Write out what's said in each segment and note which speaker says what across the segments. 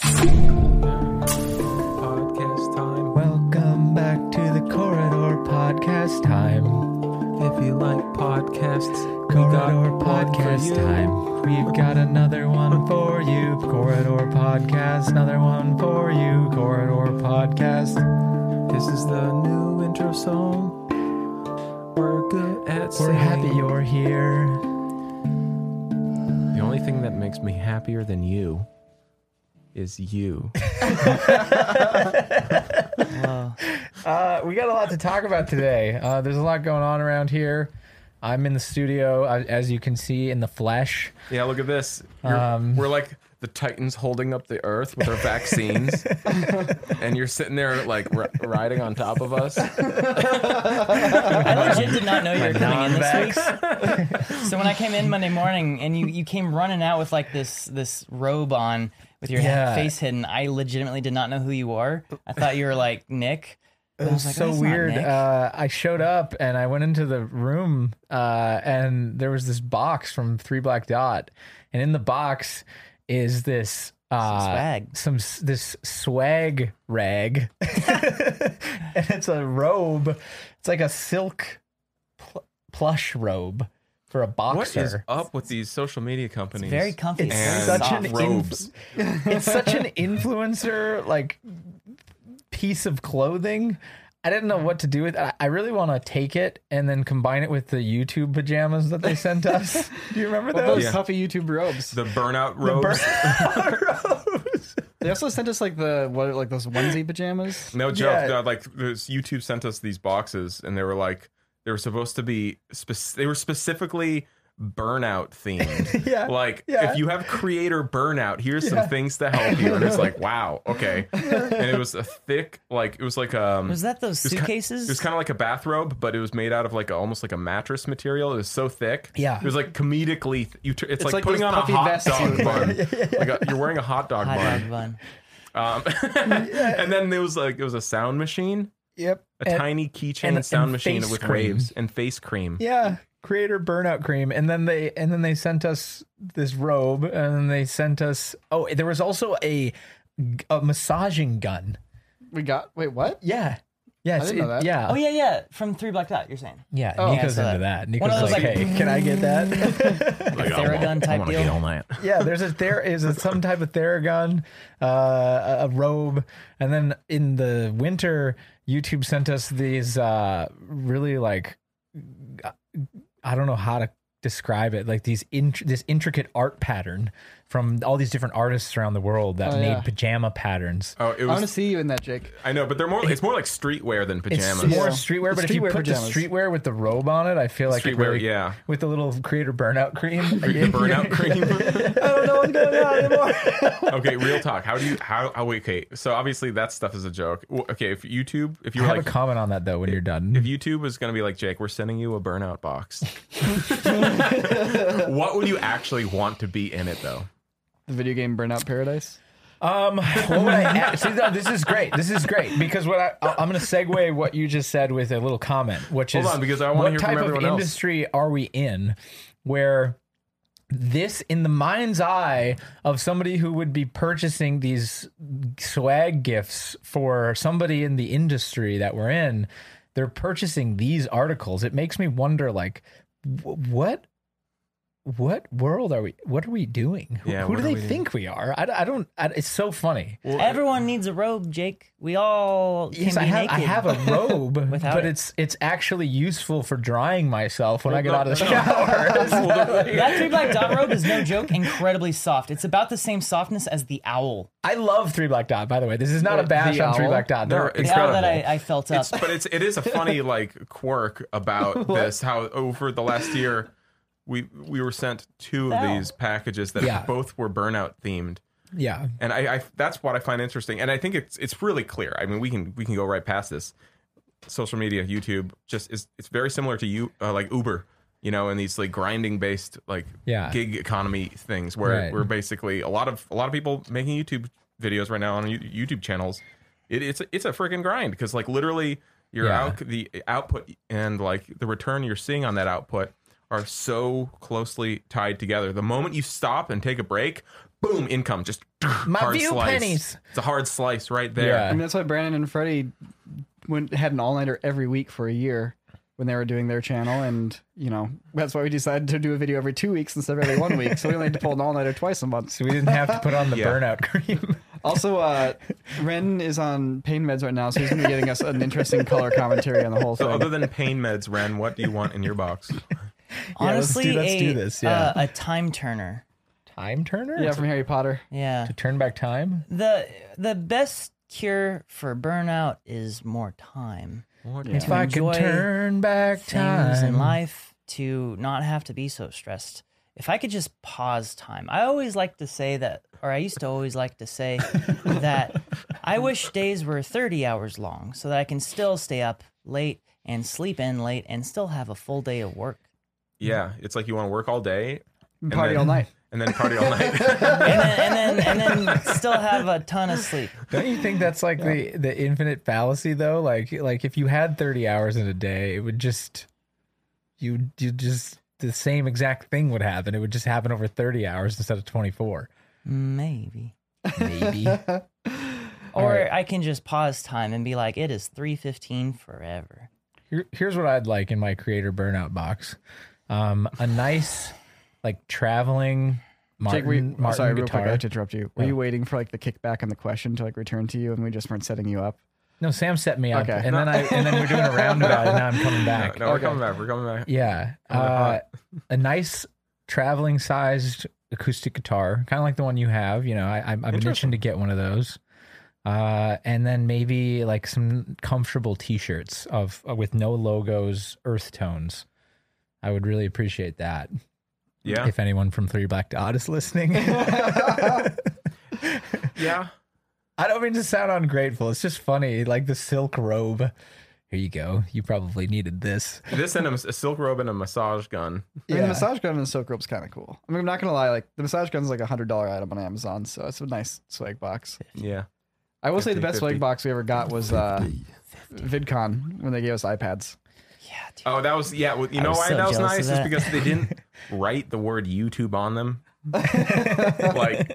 Speaker 1: Podcast time.
Speaker 2: Welcome back to the Corridor Podcast Time.
Speaker 1: If you like podcasts, we got
Speaker 2: Corridor
Speaker 1: one for you.
Speaker 2: Podcast Time. We've got another one for you. Corridor Podcast, another one for you. Corridor Podcast.
Speaker 1: This is the new intro song. We're good at
Speaker 2: We're
Speaker 1: singing.
Speaker 2: happy you're here.
Speaker 1: The only thing that makes me happier than you is you.
Speaker 2: Uh, we got a lot to talk about today. Uh, there's a lot going on around here. I'm in the studio, uh, as you can see, in the flesh.
Speaker 3: Yeah, look at this. You're- we're like the Titans holding up the Earth with our vaccines, and you're sitting there like r- riding on top of us.
Speaker 4: I legit did not know you were coming in this
Speaker 2: non-vax.
Speaker 4: week. So when I came in Monday morning and you, you came running out with like this this robe on with your he-
Speaker 2: Yeah.
Speaker 4: face hidden, I legitimately did not know who you were. I thought you were like Nick.
Speaker 2: It was
Speaker 4: like, "Oh,
Speaker 2: so
Speaker 4: "That's not
Speaker 2: weird.
Speaker 4: Nick."
Speaker 2: Uh, I showed up and I went into the room, uh, and there was this box from Three Black Dot, and in the box is this uh,
Speaker 4: swag.
Speaker 2: some s- this swag rag, and it's a robe. It's like a silk pl- plush robe for a
Speaker 3: What is
Speaker 2: boxer.
Speaker 3: up with these social media companies?
Speaker 4: Very comfy.
Speaker 2: It's
Speaker 4: very
Speaker 3: and
Speaker 2: such an
Speaker 4: soft.
Speaker 3: robes.
Speaker 2: it's such an influencer like piece of clothing. I didn't know what to do with it. I- I really want to take it and then combine it with the YouTube pajamas that they sent us. do you remember
Speaker 5: Those
Speaker 2: those?
Speaker 3: Yeah.
Speaker 5: puffy YouTube robes.
Speaker 3: the burnout robes.
Speaker 5: They also sent us like the what, like those onesie pajamas.
Speaker 3: no joke.
Speaker 2: Yeah.
Speaker 3: no, like this YouTube sent us these boxes, and they were like they were supposed to be. Spec- they were specifically burnout themed.
Speaker 2: Yeah.
Speaker 3: Like
Speaker 2: Yeah.
Speaker 3: if you have creator burnout, here's some things to help you. And it's like wow, okay. And it was a thick, like it was like um.
Speaker 4: Was that those
Speaker 3: was ki-
Speaker 4: suitcases?
Speaker 3: It was kind of like a bathrobe, but it was made out of like a, almost like a mattress material. It was so thick.
Speaker 2: Yeah.
Speaker 3: it was like comedically. th- You, tur- it's, like,
Speaker 5: like
Speaker 3: putting
Speaker 5: those
Speaker 3: on a
Speaker 5: puffy
Speaker 3: hot
Speaker 5: vests
Speaker 3: dog
Speaker 5: you-
Speaker 3: bun. Like a, you're wearing a hot dog
Speaker 4: hot
Speaker 3: bun.
Speaker 4: dog bun.
Speaker 3: Um, and then there was like it was a sound machine,
Speaker 2: Yep.
Speaker 3: a
Speaker 2: And-
Speaker 3: tiny keychain
Speaker 2: and-
Speaker 3: sound
Speaker 2: and
Speaker 3: machine
Speaker 2: face
Speaker 3: with
Speaker 2: cream.
Speaker 3: waves and face cream.
Speaker 2: yeah, creator burnout cream, and then they and then they sent us this robe, and then they sent us. Oh, there was also a a massaging gun.
Speaker 5: We got wait what?
Speaker 2: Yeah. Yes.
Speaker 5: didn't know that.
Speaker 2: Yeah.
Speaker 4: Oh yeah, yeah. From Three Black Dot, you're saying.
Speaker 2: Yeah,
Speaker 5: Oh.
Speaker 2: Nico's
Speaker 4: Yeah, I saw
Speaker 2: into
Speaker 4: that.
Speaker 2: that.
Speaker 4: One of
Speaker 2: Nico's
Speaker 4: those,
Speaker 2: like,
Speaker 4: like,
Speaker 2: hey, can I get that?
Speaker 3: Like, I
Speaker 4: Theragun
Speaker 3: want- I
Speaker 4: type
Speaker 3: wanna
Speaker 4: deal?
Speaker 3: get on that.
Speaker 2: yeah, there's a there is a, some type of Theragun, uh, a- a robe, and then in the winter, YouTube sent us these uh, really like I don't know how to describe it, like these int- this intricate art pattern from all these different artists around the world that
Speaker 5: Oh,
Speaker 2: made
Speaker 5: yeah.
Speaker 2: pajama patterns.
Speaker 3: Oh, it
Speaker 5: I
Speaker 3: was.
Speaker 5: want to see you in that, Jake.
Speaker 3: I know, but they're more. It's more like streetwear than pajamas.
Speaker 2: It's more
Speaker 5: Yeah.
Speaker 2: streetwear,
Speaker 5: It's
Speaker 2: but if you
Speaker 5: streetwear
Speaker 2: put
Speaker 5: pajamas.
Speaker 2: the streetwear with the robe on it, I feel like it
Speaker 3: Streetwear,
Speaker 2: really,
Speaker 3: yeah.
Speaker 2: with the little creator burnout cream,
Speaker 3: the burnout cream.
Speaker 2: I don't know what's going on anymore.
Speaker 3: okay, real talk. How do you how? Oh, wait, okay, so obviously that stuff is a joke. W- Okay, if YouTube, if you
Speaker 2: I
Speaker 3: were
Speaker 2: have
Speaker 3: like,
Speaker 2: a comment on that though when you're done.
Speaker 3: if YouTube was gonna be like Jake, we're sending you a burnout box. what would you actually want to be in it though?
Speaker 5: The video game Burnout Paradise.
Speaker 2: Um, what would I add? See, no, this is great. This is great because what I, I- I'm going to segue what you just said with a little comment, which
Speaker 3: Hold
Speaker 2: is
Speaker 3: on, because I wanna
Speaker 2: what
Speaker 3: hear from
Speaker 2: type of
Speaker 3: everyone else.
Speaker 2: industry are we in where this, in the mind's eye of somebody who would be purchasing these swag gifts for somebody in the industry that we're in, they're purchasing these articles. It makes me wonder, like, wh- what what world are we what are we doing who,
Speaker 3: Yeah,
Speaker 2: who
Speaker 3: what
Speaker 2: do
Speaker 3: are
Speaker 2: they
Speaker 3: we doing?
Speaker 2: think we are i, I don't I, it's so funny
Speaker 4: Everyone needs a robe, Jake. We all can
Speaker 2: yes
Speaker 4: be
Speaker 2: i have i
Speaker 4: naked.
Speaker 2: have a robe
Speaker 4: Without
Speaker 2: but
Speaker 4: it.
Speaker 2: it's it's actually useful for drying myself when i get
Speaker 3: no,
Speaker 2: out of the
Speaker 3: no, no.
Speaker 2: shower
Speaker 4: That Three Black Dot robe is no joke. Incredibly soft. It's about the same softness as the owl.
Speaker 2: i love three black dot by the way this is not a
Speaker 5: The
Speaker 2: bash on three
Speaker 5: owl?
Speaker 2: black dot
Speaker 3: They're
Speaker 2: they're
Speaker 4: The
Speaker 3: incredible.
Speaker 4: owl that I, I felt up.
Speaker 3: It's, but it's it is a funny like quirk about this. How over the last year, we we were sent two of
Speaker 4: Ow.
Speaker 3: these packages that
Speaker 2: Yeah.
Speaker 3: both were burnout themed.
Speaker 2: Yeah.
Speaker 3: and I, I that's what I find interesting, and I think it's it's really clear. I mean, we can we can go right past this. Social media, YouTube, just is it's very similar to you uh, like Uber, you know, and these like grinding based like
Speaker 2: Yeah.
Speaker 3: gig economy things where
Speaker 2: Right.
Speaker 3: we're basically a lot of a lot of people making YouTube videos right now on Yo- YouTube channels. It, it's it's a freaking grind because like literally your
Speaker 2: Yeah.
Speaker 3: out the output and like the return you're seeing on that output are so closely tied together. The moment you stop and take a break, boom, income just
Speaker 2: My view pennies.
Speaker 3: It's a hard slice right there.
Speaker 2: Yeah.
Speaker 5: I mean, that's why Brandon and Freddie went had an all nighter every week for a year when they were doing their channel, and you know that's why we decided to do a video every two weeks instead of every one week. So we only had to pull an all nighter twice a month.
Speaker 2: So we didn't have to put on the
Speaker 3: Yeah.
Speaker 2: burnout cream.
Speaker 5: Also, uh, Ren is on pain meds right now, so he's gonna be getting us an interesting color commentary on the whole
Speaker 3: So
Speaker 5: thing.
Speaker 3: other than pain meds, Ren, what do you want in your box?
Speaker 2: let's do-
Speaker 4: Honestly,
Speaker 2: let's
Speaker 4: a,
Speaker 2: do this, yeah.
Speaker 4: uh, a time turner.
Speaker 2: Time turner?
Speaker 5: yeah, from Harry Potter.
Speaker 4: Yeah.
Speaker 2: to turn back time?
Speaker 4: The the best cure for burnout is more time.
Speaker 2: If
Speaker 4: To
Speaker 2: I could
Speaker 4: enjoy
Speaker 2: turn back
Speaker 4: Things in
Speaker 2: time.
Speaker 4: life to not have to be so stressed. If I could just pause time. I always like to say that or I used to always like to say that I wish days were 30 hours long so that I can still stay up late and sleep in late and still have a full day of work.
Speaker 3: Yeah, it's like you want to work all day, and
Speaker 5: Party
Speaker 3: then-
Speaker 5: all night.
Speaker 3: and then party all night.
Speaker 4: And then and then, and then still have a ton of sleep.
Speaker 2: Don't you think that's like the the infinite fallacy though? Like like if you had 30 hours in a day, it would just you you just the same exact thing would happen. It would just happen over 30 hours instead of 24.
Speaker 4: Maybe.
Speaker 2: Maybe. All
Speaker 4: Or
Speaker 2: right.
Speaker 4: I can just pause time and be like, it is 3.15 forever.
Speaker 2: Here, here's what I'd like in my creator burnout box. Um a nice like traveling Martin,
Speaker 5: Jake, we,
Speaker 2: Martin
Speaker 5: sorry, real
Speaker 2: guitar.
Speaker 5: quick, I have to interrupt you. Were
Speaker 2: Yeah.
Speaker 5: you waiting for like the kickback on the question to like return to you, and we just weren't setting you up?
Speaker 2: No, Sam set me up,
Speaker 5: Okay.
Speaker 2: and then I and then we're doing a roundabout, and now I'm coming back.
Speaker 3: no, we're coming back. We're coming back.
Speaker 2: Yeah,
Speaker 3: Coming in
Speaker 2: uh,
Speaker 3: hot.
Speaker 2: a nice traveling-sized acoustic guitar, kind of like the one you have. You know, I, I'm, I'm itching
Speaker 3: Interesting.
Speaker 2: to get one of those, uh, and then maybe like some comfortable T-shirts of uh, with no logos, earth tones. I would really appreciate that
Speaker 3: Yeah,
Speaker 2: if anyone from Three Black Dot is listening.
Speaker 3: yeah.
Speaker 2: I don't mean to sound ungrateful. It's just funny, like the silk robe. Here you go. You probably needed this.
Speaker 3: This and a, a silk robe and a massage gun.
Speaker 5: I mean,
Speaker 2: Yeah.
Speaker 5: the massage gun and the silk rope's kind of cool. I mean, I'm not gonna lie, like the massage gun's like a hundred dollar item on Amazon, so it's a nice swag box.
Speaker 3: Yeah.
Speaker 5: I will say the
Speaker 3: 50,
Speaker 5: best
Speaker 3: 50.
Speaker 5: swag box we ever got was uh, VidCon when they gave us iPads.
Speaker 4: Yeah, dude.
Speaker 3: Oh, that was yeah. Well, you know
Speaker 4: was
Speaker 3: why
Speaker 4: so
Speaker 3: that was
Speaker 4: jealous of
Speaker 3: nice
Speaker 4: that.
Speaker 3: is because they didn't write the word YouTube on them. like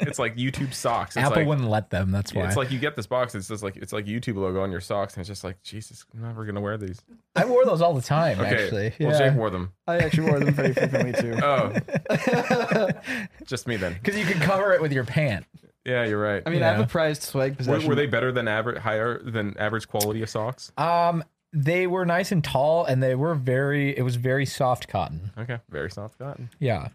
Speaker 3: it's like YouTube socks. It's
Speaker 2: Apple
Speaker 3: like,
Speaker 2: wouldn't let them. That's why.
Speaker 3: It's like you get this box. It's just like it's like YouTube logo on your socks, and it's just like Jesus. I'm never gonna wear these.
Speaker 2: I wore those all the time,
Speaker 3: Okay.
Speaker 2: actually.
Speaker 3: Well,
Speaker 2: Yeah.
Speaker 3: Jake wore them.
Speaker 5: I actually wore them pretty frequently too.
Speaker 3: Oh, just me then.
Speaker 2: Because you could cover it with your pant.
Speaker 3: Yeah, you're right.
Speaker 5: I mean, I have a prized swag
Speaker 3: were,
Speaker 5: possession.
Speaker 3: were they better than average, higher than average quality of socks?
Speaker 2: Um, they were nice and tall, and they were very. It was very soft cotton.
Speaker 3: Okay, very soft cotton.
Speaker 2: Yeah.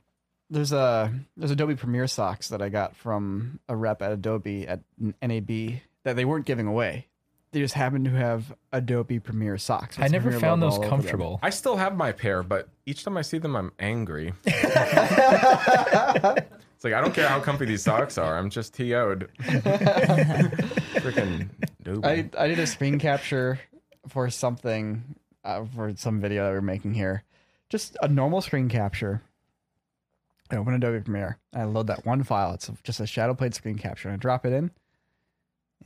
Speaker 5: There's a there's Adobe Premiere socks that I got from a rep at Adobe at NAB that they weren't giving away. They just happened to have Adobe Premiere socks. with
Speaker 2: I never
Speaker 5: Premiere
Speaker 2: found
Speaker 5: logo
Speaker 2: those
Speaker 5: all over them.
Speaker 2: comfortable.
Speaker 3: I still have my pair, but each time I see them, I'm angry. it's like I don't care how comfy these socks are. I'm just to'd. Freaking dope.
Speaker 5: I, I did a screen capture for something uh, for some video that we are making here. Just a normal screen capture. I open Adobe Premiere. I load that one file. It's just a shadow plate screen capture. And I drop it in.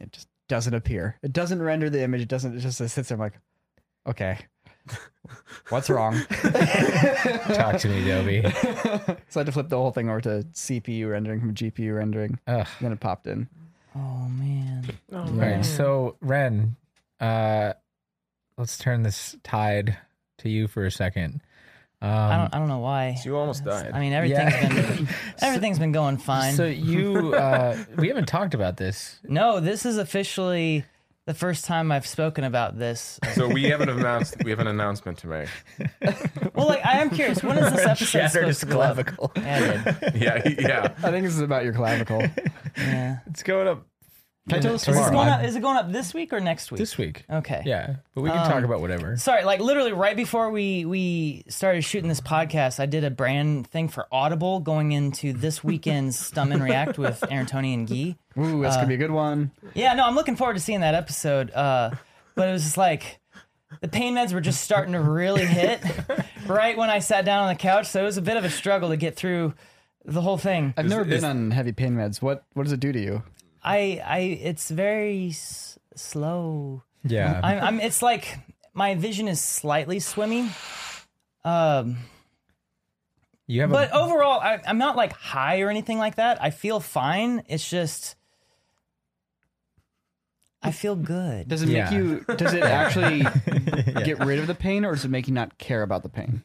Speaker 5: It just doesn't appear. It doesn't render the image. It doesn't. It just sits there. I'm like, okay, what's wrong?
Speaker 2: Talk to me, Dobie.
Speaker 5: so I had to flip the whole thing over to CPU rendering from GPU rendering.
Speaker 2: Ugh.
Speaker 5: And then it popped in.
Speaker 4: Oh man.
Speaker 2: All right. So, Ren, uh, let's turn this tide to you for a second. Um,
Speaker 4: I don't I don't know why.
Speaker 3: you almost died.
Speaker 4: I mean everything's been everything's been going fine.
Speaker 2: so you, uh, we haven't talked about this.
Speaker 4: no, this is officially the first time I've spoken about this.
Speaker 3: so we have an announced we have an announcement to make.
Speaker 4: Well, like I am curious, when is this episode
Speaker 2: Shattered
Speaker 4: supposed
Speaker 2: his
Speaker 4: to go
Speaker 2: clavicle.
Speaker 4: up? Yeah, I
Speaker 3: Yeah,
Speaker 4: did.
Speaker 3: yeah.
Speaker 5: I think this is about your clavicle.
Speaker 4: Yeah.
Speaker 2: It's going up
Speaker 5: Can I tell this
Speaker 4: Is, this
Speaker 5: tomorrow?
Speaker 4: going up, is it going up this week or next week?
Speaker 2: this week.
Speaker 4: Okay.
Speaker 2: Yeah, but we can
Speaker 5: Um,
Speaker 2: talk about whatever.
Speaker 4: Sorry, like literally right before we we started shooting this podcast, I did a brand thing for Audible going into this weekend's Stum and React with Aaron Tony and Gee.
Speaker 5: Ooh, that's gonna be a good one.
Speaker 4: Yeah, no, I'm looking forward to seeing that episode. Uh, but it was just like the pain meds were just starting to really hit right when I sat down on the couch, so it was a bit of a struggle to get through the whole thing.
Speaker 5: I've never been on heavy pain meds. What what does it do to you?
Speaker 4: I, I, it's very s- slow.
Speaker 2: Yeah,
Speaker 4: I'm, I'm, it's like my vision is slightly swimmy. Um,
Speaker 2: you have
Speaker 4: but
Speaker 2: a
Speaker 4: overall, I, I'm not like high or anything like that. I feel fine. It's just, I feel good.
Speaker 5: Does it
Speaker 2: Yeah.
Speaker 5: make you? Does it actually get rid of the pain, or does it make you not care about the pain?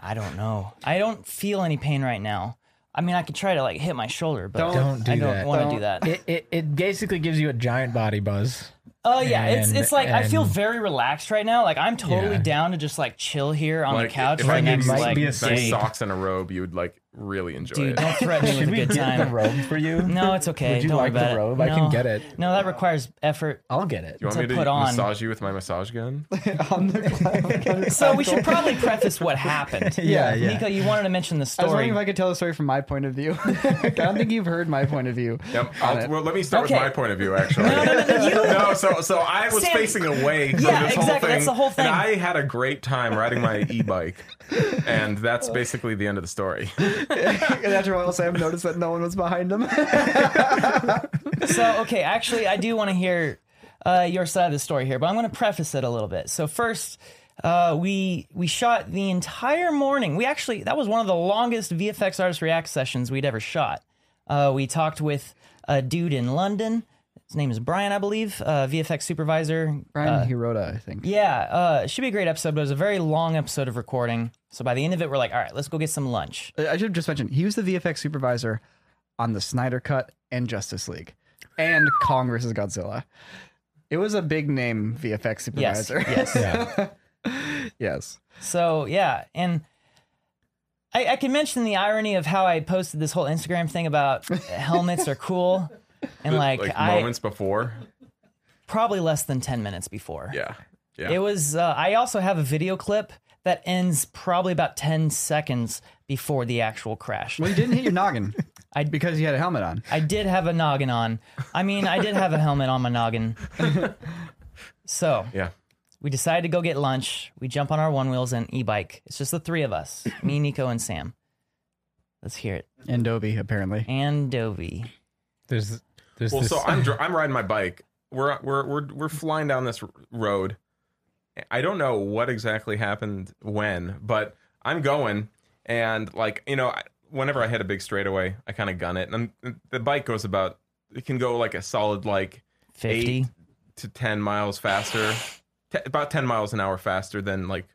Speaker 4: I don't know. I don't feel any pain right now. I mean, I could try to like hit my shoulder,
Speaker 5: oh,
Speaker 4: but
Speaker 2: Don't do
Speaker 4: I
Speaker 2: that.
Speaker 4: don't want to do that.
Speaker 2: it, it it basically gives you a giant body buzz.
Speaker 4: Oh yeah, it's
Speaker 2: And-
Speaker 4: it's like I feel
Speaker 2: and-
Speaker 4: very relaxed right now. Like I'm totally
Speaker 2: Yeah.
Speaker 4: down to just like chill here on
Speaker 3: Like,
Speaker 4: the couch
Speaker 3: if
Speaker 4: for
Speaker 3: I
Speaker 4: the
Speaker 3: gave
Speaker 4: next
Speaker 3: you
Speaker 2: might
Speaker 4: like
Speaker 2: be a
Speaker 4: day.
Speaker 2: snake.
Speaker 3: socks and a robe, you would like really enjoy
Speaker 4: Dude,
Speaker 3: it.
Speaker 4: don't threaten me with a good time.
Speaker 2: robe for you?
Speaker 4: No, it's okay.
Speaker 2: Would you
Speaker 4: don't worry
Speaker 2: like the
Speaker 4: about it.
Speaker 2: robe? I can
Speaker 4: No.
Speaker 2: get it.
Speaker 4: No, that requires effort.
Speaker 2: I'll get it.
Speaker 3: You want
Speaker 4: to
Speaker 3: me to
Speaker 4: put on.
Speaker 3: massage you with my massage gun?
Speaker 4: So we should probably preface what happened.
Speaker 2: Yeah, yeah.
Speaker 4: Nico, you wanted to mention the
Speaker 5: I was wondering
Speaker 4: story.
Speaker 5: if I could tell the story from my point of view. I don't think you've heard my point of view.
Speaker 3: Yep. I'll, well, let me start with
Speaker 4: Okay.
Speaker 3: my point of view, actually. no,
Speaker 4: no, no,
Speaker 3: so so I was
Speaker 4: Sam-
Speaker 3: facing away from
Speaker 4: Yeah,
Speaker 3: this whole
Speaker 4: exactly,
Speaker 3: thing.
Speaker 4: that's the whole thing.
Speaker 3: And I had a great time riding my e-bike, and that's basically the end of the story.
Speaker 5: and after a while, Sam noticed that no one was behind him.
Speaker 4: so okay, actually, I do want to hear uh, your side of the story here, but I'm going to preface it a little bit. So first, uh, we we shot the entire morning. We actually that was one of the longest VFX artist react sessions we'd ever shot. Uh, we talked with a dude in London. His name is Brian, I believe, uh, VFX supervisor.
Speaker 2: Uh,
Speaker 5: Brian Hirota, I think.
Speaker 4: Yeah, uh, it should be a great episode, but it was a very long episode of recording. So by the end of it, we're like, all right, let's go get some lunch.
Speaker 5: Uh, I should just mention he was the VFX supervisor on the Snyder Cut and Justice League, and Kong versus Godzilla. It was a big name VFX
Speaker 4: Yes,
Speaker 5: supervisor.
Speaker 4: yes.
Speaker 5: yes.
Speaker 4: So yeah, and I, I can mention the irony of how I posted this whole Instagram thing about helmets are cool, and like,
Speaker 3: Like
Speaker 4: I
Speaker 3: moments before.
Speaker 4: probably less than ten minutes before.
Speaker 3: Yeah. Yeah.
Speaker 4: It was. Uh, I also have a video clip that ends probably about ten seconds before the actual crash.
Speaker 5: Well, you didn't hit your noggin
Speaker 4: I-
Speaker 5: because you had a helmet on.
Speaker 4: I did have a noggin on. I mean, I did have a helmet on my noggin. so
Speaker 3: yeah.
Speaker 4: we decide to go get lunch. We jump on our one wheels and e bike. It's just the three of us me, Nico, and Sam. Let's hear it.
Speaker 5: And Dobie, apparently.
Speaker 4: And Dovey.
Speaker 2: There's there's
Speaker 3: Well,
Speaker 2: this.
Speaker 3: so I'm dr- I'm riding my bike. We're we're we're we're flying down this r- road. I don't know what exactly happened when, but I'm going and like you know, I- whenever I hit a big straightaway, I kind of gun it, and I'm, the bike goes about it can go like a solid like
Speaker 4: 50.
Speaker 3: eight to ten miles faster, t- about ten miles an hour faster than like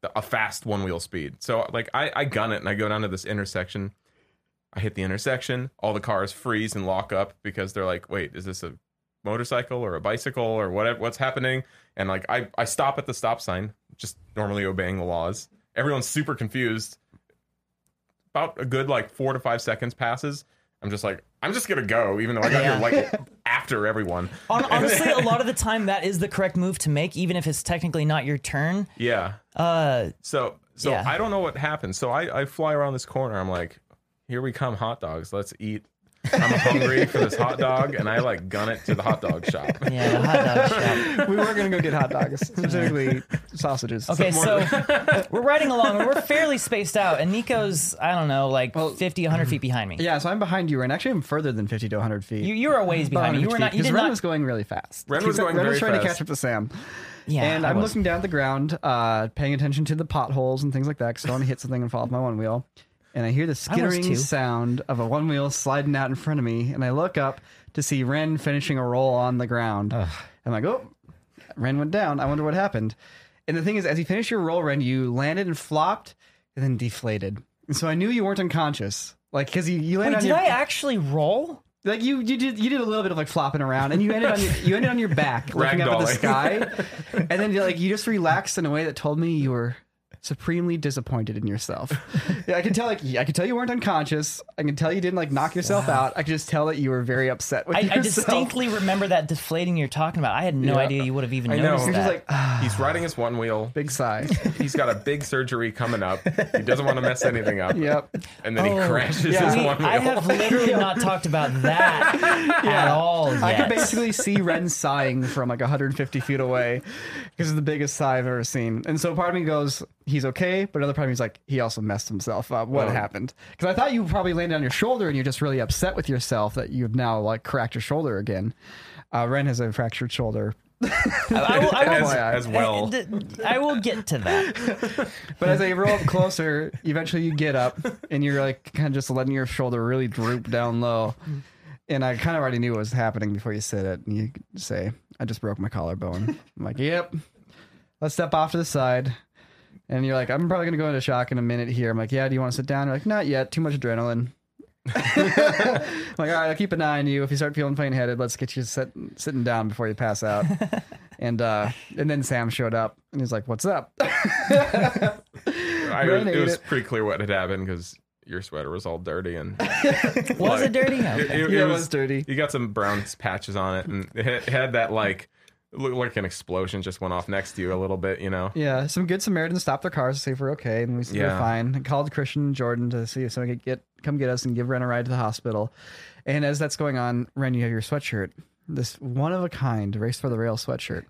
Speaker 3: the, a fast one wheel speed. So like I, I gun it and I go down to this intersection. I hit the intersection. All the cars freeze and lock up because they're like, wait, is this a motorcycle or a bicycle or whatever? What's happening? And like I I stop at the stop sign, just normally obeying the laws. Everyone's super confused. About a good like four to five seconds passes. I'm just like, I'm just gonna go, even though I got
Speaker 4: Yeah.
Speaker 3: here like after everyone.
Speaker 4: Hon- honestly, a lot of the time that is the correct move to make, even if it's technically not your turn.
Speaker 3: Yeah.
Speaker 4: Uh,
Speaker 3: So so
Speaker 4: Yeah.
Speaker 3: I don't know what happened. So I, I fly around this corner. I'm like, here we come, hot dogs. Let's eat. I'm hungry for this hot dog, and I like gun it to the hot dog shop.
Speaker 4: yeah, the hot dog shop.
Speaker 5: we were gonna go get hot dogs, specifically sausages.
Speaker 4: Okay,
Speaker 3: More
Speaker 4: so we're riding along and we're fairly spaced out, and Nico's, I don't know, like 50, 100 feet behind me.
Speaker 5: Yeah, so I'm behind you, and actually I'm further than 50 to 100 feet.
Speaker 4: You, you were a ways
Speaker 5: About
Speaker 4: behind me. You
Speaker 5: 100
Speaker 4: were not.
Speaker 5: feet,
Speaker 4: You
Speaker 5: 'cause
Speaker 4: did
Speaker 5: Ren
Speaker 4: not.
Speaker 5: was going really fast.
Speaker 3: Ren
Speaker 5: He
Speaker 3: was going very
Speaker 5: trying to
Speaker 3: fast.
Speaker 5: catch up to Sam.
Speaker 4: yeah,
Speaker 5: and
Speaker 4: I
Speaker 5: I'm
Speaker 4: was.
Speaker 5: looking down at the ground, uh, paying attention to the potholes and things like that, because I don't want to hit something and fall off my one wheel. And I hear the
Speaker 4: was too.
Speaker 5: skittering sound of a one wheel sliding out in front of me, and I look up to see Ren finishing a roll on the ground. I'm like, oh, Ren went down. I wonder what happened. And the thing is, as you finished your roll, Ren, you landed and flopped, and then deflated. And so I knew you weren't unconscious, like because you, you
Speaker 4: Wait,
Speaker 5: landed on
Speaker 4: did
Speaker 5: your
Speaker 4: I actually roll?
Speaker 5: like you, you did you did a little bit of like flopping around and you ended on your you ended on your back looking up at the
Speaker 3: Ragdolling.
Speaker 5: sky and then you like you just relaxed in a way that told me you were supremely disappointed in yourself. yeah, I can tell. Like, I can tell you weren't unconscious. I can tell you didn't like knock yourself out. I can just tell that you were very upset with
Speaker 4: I, I
Speaker 5: yourself.
Speaker 4: distinctly remember that deflating you're talking about. I had no
Speaker 5: Yeah.
Speaker 4: idea you would have even
Speaker 3: I know.
Speaker 4: noticed
Speaker 5: You're
Speaker 4: that.
Speaker 5: just like ah,
Speaker 3: He's riding his one wheel.
Speaker 5: big sigh.
Speaker 3: He's got a big surgery coming up. He doesn't want to mess anything up.
Speaker 5: yep.
Speaker 3: And then he
Speaker 4: Oh,
Speaker 3: crashes
Speaker 5: yeah.
Speaker 3: his
Speaker 4: We-
Speaker 3: one wheel.
Speaker 4: I have literally not talked about that at all yet.
Speaker 5: I could basically see Ren sighing from like 150 feet away because it's the biggest sigh I've ever seen. And so part of me goes, he's okay. But another part of me is like, he also messed himself up. What
Speaker 3: Oh.
Speaker 5: happened? Because I thought you probably landed on your shoulder and you're just really upset with yourself that you've now like cracked your shoulder again. Uh, Ren has a fractured shoulder.
Speaker 4: I will, I will,
Speaker 3: as, as well.
Speaker 4: I- th- I will get to that.
Speaker 5: But as they roll up closer, eventually you get up and you're like kind of just letting your shoulder really droop down low. And I kind of already knew what was happening before you said it. And you say, I just broke my collarbone. I'm like, yep. Let's step off to the side. And you're like, I'm probably going to go into shock in a minute here. I'm like, yeah, do you want to sit down? You're like, not yet. Too much adrenaline. I'm like, all right, I'll keep an eye on you. If you start feeling faint headed, let's get you sit, sitting down before you pass out. and uh, and then Sam showed up and he's like, what's up?
Speaker 3: I was,
Speaker 5: Ren
Speaker 3: it
Speaker 5: ate
Speaker 3: was
Speaker 5: it.
Speaker 3: pretty clear what had happened because your sweater was all dirty and
Speaker 4: Was
Speaker 3: Like-
Speaker 4: it dirty?
Speaker 3: it,
Speaker 4: Okay.
Speaker 3: it-
Speaker 5: Yeah,
Speaker 3: it
Speaker 5: it was dirty.
Speaker 3: You got some brown patches on it, and it had- it had that like looked like an explosion just went off next to you a little bit. You know,
Speaker 5: Yeah, some good Samaritans stopped their cars to see if we're okay, and we said
Speaker 3: Yeah.
Speaker 5: we're fine. And called Christian and Jordan to see if someone could get come get us and give Ren a ride to the hospital. And as that's going on, Ren, you have your sweatshirt, this one of a kind race for the rail sweatshirt,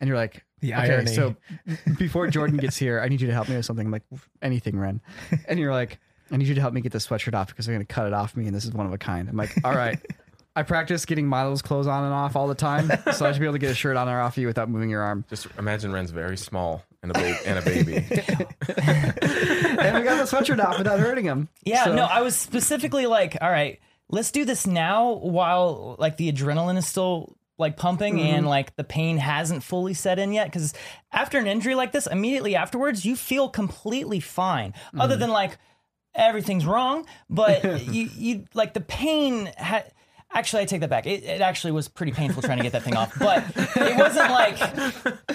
Speaker 5: and you're like,
Speaker 2: The
Speaker 5: okay,
Speaker 2: irony.
Speaker 5: so before Jordan gets here, I need you to help me with something. I'm like, anything, Ren, and you're like, I need you to help me get this sweatshirt off because they're gonna cut it off me, and this is one of a kind. I'm like, all right. I practice getting models' clothes on and off all the time, so I should be able to get a shirt on or off you without moving your arm.
Speaker 3: just imagine Ren's very small and a ba- and a baby.
Speaker 5: and we got the sweatshirt off without hurting him.
Speaker 4: Yeah,
Speaker 5: So-
Speaker 4: no, I was specifically like, all right, let's do this now while like the adrenaline is still like pumping
Speaker 5: Mm-hmm.
Speaker 4: and like the pain hasn't fully set in yet cuz after an injury like this, immediately afterwards you feel completely fine
Speaker 5: Mm-hmm.
Speaker 4: other than like everything's wrong, but you you like the pain ha- Actually, I take that back. It, it actually was pretty painful trying to get that thing off, but it wasn't like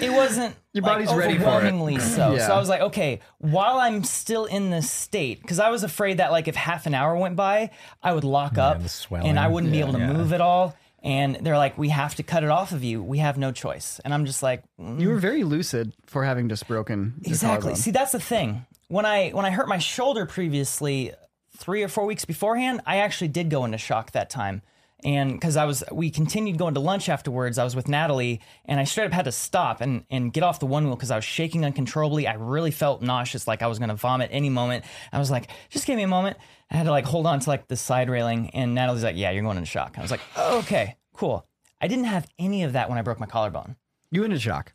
Speaker 4: it wasn't
Speaker 5: Your
Speaker 4: like,
Speaker 5: body's ready for it.
Speaker 4: overwhelmingly so.
Speaker 5: Yeah.
Speaker 4: So I was like, okay, while I'm still in this state, because I was afraid that like if half an hour went by, I would lock up
Speaker 2: the swelling.
Speaker 4: and I wouldn't be able to move at all. And they're like, we have to cut it off of you. We have no choice. And I'm just like, mm,
Speaker 5: you were very lucid for having just broken your
Speaker 4: exactly.
Speaker 5: collarbone.
Speaker 4: See, that's the thing. When I when I hurt my shoulder previously, three or four weeks beforehand, I actually did go into shock that time. And because I was, we continued going to lunch afterwards. I was with Natalie, and I straight up had to stop and, and get off the one wheel because I was shaking uncontrollably. I really felt nauseous, like I was going to vomit any moment. I was like, just give me a moment. I had to like hold on to like the side railing, and Natalie's like, yeah, you're going into shock. I was like, okay, cool. I didn't have any of that when I broke my collarbone.
Speaker 5: You went into shock.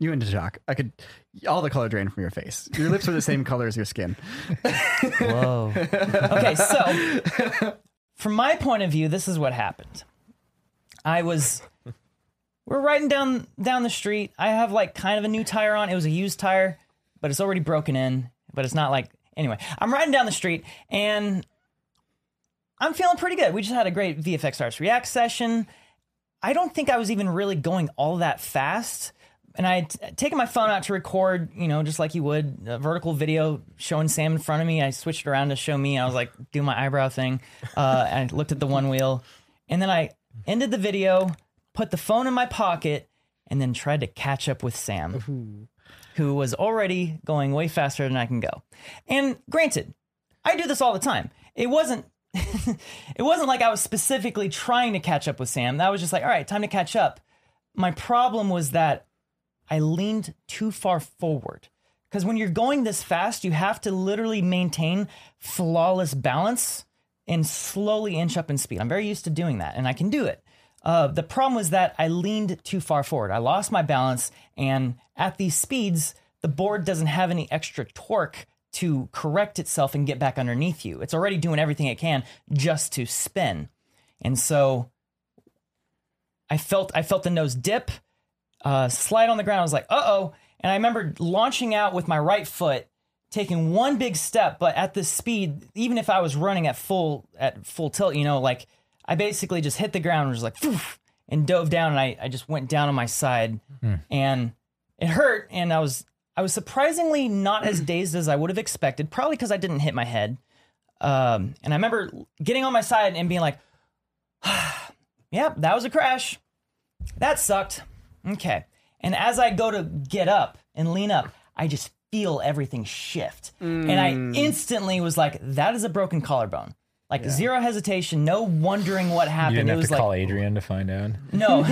Speaker 5: You went into shock. I could all the color drained from your face. Your lips were the same color as your skin.
Speaker 4: Whoa. okay, so from my point of view, this is what happened. I was we're riding down down the street. I have like kind of a new tire on. It was a used tire, but it's already broken in. But it's not like anyway. I'm riding down the street and I'm feeling pretty good. We just had a great VFX Arts React session. I don't think I was even really going all that fast. And I had t- taken my phone out to record, you know, just like you would, a vertical video showing Sam in front of me. I switched it around to show me. I was like, do my eyebrow thing. Uh, and I looked at the one wheel. And then I ended the video, put the phone in my pocket, and then tried to catch up with Sam, who was already going way faster than I can go. And granted, I do this all the time. It wasn't it wasn't like I was specifically trying to catch up with Sam. That was just like, all right, time to catch up. My problem was that I leaned too far forward. Because when you're going this fast, you have to literally maintain flawless balance and slowly inch up in speed. I'm very used to doing that, and I can do it. Uh, the problem was that I leaned too far forward. I lost my balance, and at these speeds, the board doesn't have any extra torque to correct itself and get back underneath you. It's already doing everything it can just to spin. And so I felt I felt the nose dip, uh, slide on the ground. I was like, uh oh. And I remember launching out with my right foot, taking one big step, but at this speed, even if I was running at full at full tilt, you know, like I basically just hit the ground and was like "Phew," and dove down and I, I just went down on my side and it hurt and I was I was surprisingly not as dazed as I would have expected, probably because I didn't hit my head. Um, and I remember getting on my side and being like, "Yep, that was a crash. That sucked." Okay. And as I go to get up and lean up, I just feel everything shift, and
Speaker 2: Mm.
Speaker 4: I instantly was like, "That is a broken collarbone." Like zero hesitation, no wondering what
Speaker 2: You
Speaker 4: happened.
Speaker 2: didn't
Speaker 4: It
Speaker 2: have
Speaker 4: was
Speaker 2: to
Speaker 4: like
Speaker 2: call Adrian to find out.
Speaker 4: no.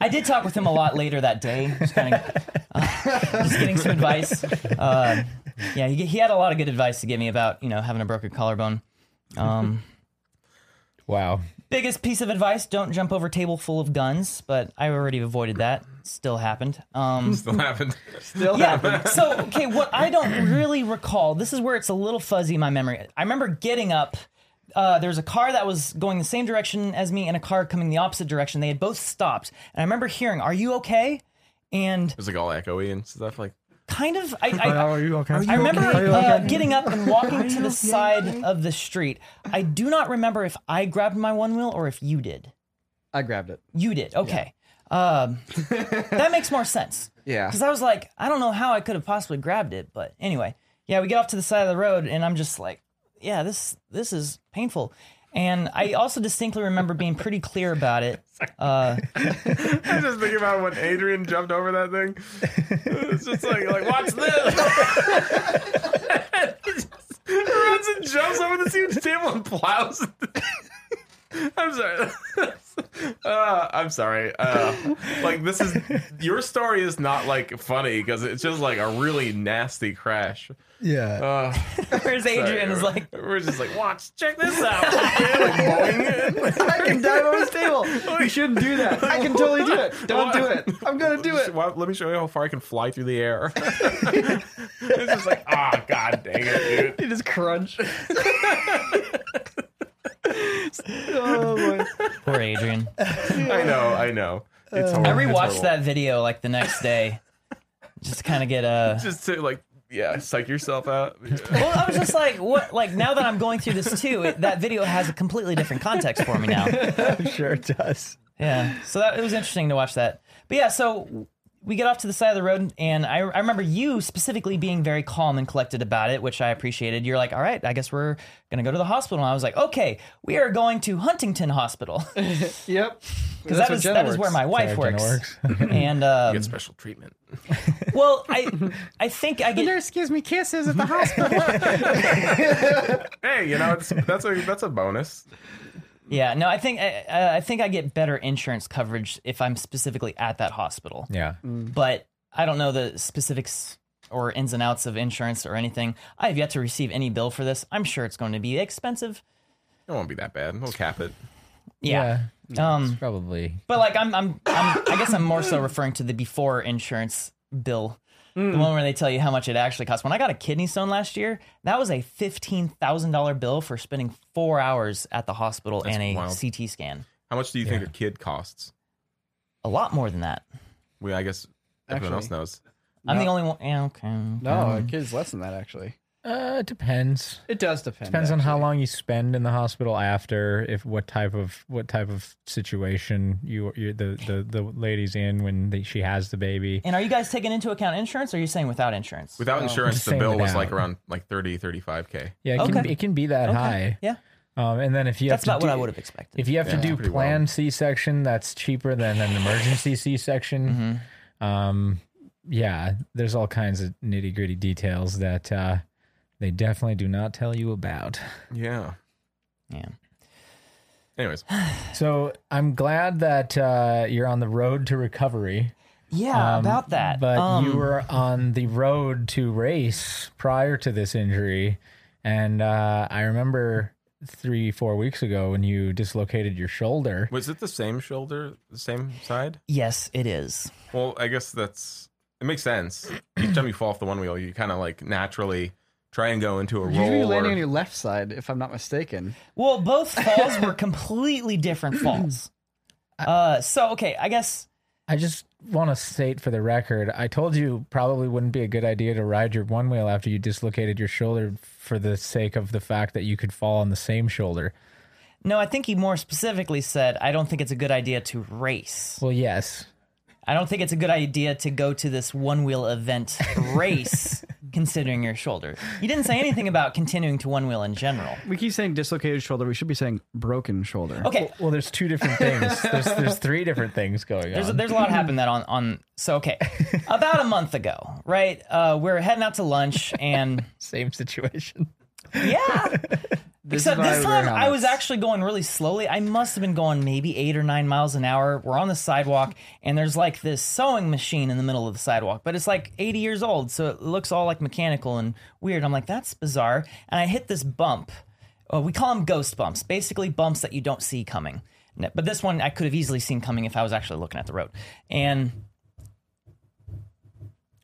Speaker 4: I did talk with him a lot later that day, just, kind of, just getting some advice. Uh, yeah, he, he had a lot of good advice to give me about you know having a broken collarbone. Um,
Speaker 2: Wow.
Speaker 4: biggest piece of advice: don't jump over table full of guns. But I already avoided that. Still happened. Um,
Speaker 3: Still happened.
Speaker 5: Still
Speaker 4: yeah. So okay, what I don't really recall. This is where it's a little fuzzy in my memory. I remember getting up. Uh, there was a car that was going the same direction as me, and a car coming the opposite direction. They had both stopped, and I remember hearing, "Are you okay?" And
Speaker 3: It was like all echoey and stuff. Like
Speaker 4: kind of, I, I,
Speaker 5: Are you okay?
Speaker 4: I remember
Speaker 5: Are you
Speaker 4: uh,
Speaker 5: okay?
Speaker 4: getting up and walking to the side of the street. I do not remember if I grabbed my one wheel or if you did.
Speaker 5: I grabbed it.
Speaker 4: You did. Okay. Um, that makes more sense.
Speaker 5: Yeah.
Speaker 4: Because I was like, I don't know how I could have possibly grabbed it, but anyway, yeah, we get off to the side of the road, and I'm just like, yeah, this this is painful, and I also distinctly remember being pretty clear about it. Uh,
Speaker 3: I just think about when Adrian jumped over that thing. It's just like like watch this. He runs and jumps over this huge table and plows. I'm sorry. Uh, I'm sorry. Uh, like this is your story is not like funny because it's just like a really nasty crash.
Speaker 2: Yeah.
Speaker 3: Uh,
Speaker 4: whereas Adrian is like,
Speaker 3: we're just like watch, check this out. Boing.
Speaker 5: I can dive over this table. You shouldn't do that. I can totally do it. Don't do it. I'm gonna do it.
Speaker 3: Well, let me show you how far I can fly through the air. it's just like, ah, god dang it, dude.
Speaker 5: It is crunch. oh boy.
Speaker 4: poor Adrian.
Speaker 3: I know, I know. It's horrible.
Speaker 4: I
Speaker 3: It's
Speaker 4: rewatched
Speaker 3: horrible.
Speaker 4: that video like the next day, just to kind of get a.
Speaker 3: Just to like, yeah, psych yourself out.
Speaker 4: Well, I was just like, what? Like now that I'm going through this too, it, that video has a completely different context for me now.
Speaker 2: sure it does.
Speaker 4: Yeah. So that it was interesting to watch that. But yeah, so we get off to the side of the road, and I, I remember you specifically being very calm and collected about it, which I appreciated. You're like, all right, I guess we're going to go to the hospital. And I was like, okay, we are going to Huntington Hospital. Because
Speaker 5: Yep. Because
Speaker 4: that, is, that is where my wife
Speaker 2: Sorry,
Speaker 4: works.
Speaker 2: Jenna
Speaker 4: and, um,
Speaker 3: Get special treatment.
Speaker 4: well, I I think I get.
Speaker 5: nurse gives me kisses at the hospital.
Speaker 3: Hey, you know, it's, that's a that's a bonus.
Speaker 4: Yeah, no, I think I, I- I think I get better insurance coverage if I'm specifically at that hospital.
Speaker 2: Yeah.
Speaker 4: but I don't know the specifics or ins and outs of insurance or anything. I have yet to receive any bill for this. I'm sure it's going to be expensive.
Speaker 3: It won't be that bad. We'll cap it.
Speaker 4: Yeah. Um,
Speaker 2: Probably.
Speaker 4: but like I'm, I'm, I'm, I guess I'm more so referring to the before insurance bill, the one where they tell you how much it actually costs. When I got a kidney stone last year, that was a fifteen thousand dollar bill for spending four hours at the hospital and a
Speaker 3: wild.
Speaker 4: CT scan.
Speaker 3: How much do you think a kid costs?
Speaker 4: A lot more than that.
Speaker 3: We, I guess, everyone else knows.
Speaker 4: I'm the
Speaker 5: No.
Speaker 4: only one. Yeah, okay.
Speaker 5: No, a kid's less than that actually.
Speaker 2: Uh, it depends.
Speaker 5: Um, It does depend.
Speaker 2: Depends on how long you spend in the hospital after, if what type of what type of situation you you the the the lady's in when the, she has the baby.
Speaker 4: And are you guys taking into account insurance? or Are you saying without insurance?
Speaker 3: Without insurance,
Speaker 2: Just
Speaker 3: the
Speaker 2: saying
Speaker 3: bill was
Speaker 2: without.
Speaker 3: like around like 30, 35K.
Speaker 2: Yeah, it can
Speaker 4: Okay.
Speaker 2: it can be that high.
Speaker 4: yeah.
Speaker 2: Um, and then if you
Speaker 4: That's
Speaker 2: have
Speaker 4: about
Speaker 2: to
Speaker 4: what I
Speaker 2: do-
Speaker 4: would have expected.
Speaker 2: If you have
Speaker 3: Yeah,
Speaker 2: to do
Speaker 3: pretty
Speaker 2: planned C-section, that's cheaper than an emergency
Speaker 4: Mm-hmm.
Speaker 2: C-section. Um, yeah, there's all kinds of nitty gritty details that uh, they definitely do not tell you about.
Speaker 3: Yeah.
Speaker 4: Yeah.
Speaker 3: Anyways,
Speaker 2: So I'm glad that uh, you're on the road to recovery.
Speaker 4: Yeah,
Speaker 2: Um,
Speaker 4: about that.
Speaker 2: But
Speaker 4: Um,
Speaker 2: you were on the road to race prior to this injury, and uh, I remember three four weeks ago when you dislocated your shoulder.
Speaker 3: was it the same shoulder, the same side?
Speaker 4: Yes, it is.
Speaker 3: Well, I guess that's it makes sense. Each time you fall off the one wheel, you kind of like naturally try and go into a
Speaker 5: Usually
Speaker 3: roll.
Speaker 5: you're landing
Speaker 3: or-
Speaker 5: on your left side, if I'm not mistaken.
Speaker 4: Well, both falls were completely different falls. Uh, so okay, I guess
Speaker 2: I just want to state for the record, I told you probably wouldn't be a good idea to ride your one wheel after you dislocated your shoulder for the sake of the fact that you could fall on the same shoulder.
Speaker 4: no. I think he more specifically said, "I don't think it's a good idea to race."
Speaker 2: Well, yes.
Speaker 4: I don't think it's a good idea to go to this one wheel event race considering your shoulder. You didn't say anything about continuing to one wheel in general.
Speaker 5: We keep saying dislocated shoulder. We should be saying broken shoulder.
Speaker 4: Okay,
Speaker 2: Well, there's two different things. There's, there's three different things going
Speaker 4: there's a,
Speaker 2: on.
Speaker 4: there's a lot happened that on on so okay, about a month ago, right? Uh, we're heading out to lunch and
Speaker 2: Same situation.
Speaker 4: yeah.
Speaker 5: This
Speaker 4: Except
Speaker 5: is why
Speaker 4: this
Speaker 5: I wear
Speaker 4: time I was
Speaker 5: helmets.
Speaker 4: actually going really slowly. I must have been going maybe eight or nine miles an hour. We're on the sidewalk, and there's like this sewing machine in the middle of the sidewalk, but it's like 80 years old, so it looks all like mechanical and weird. I'm like, that's bizarre. And I hit this bump. Uh, we call them ghost bumps, basically bumps that you don't see coming. No, But this one I could have easily seen coming if I was actually looking at the road. And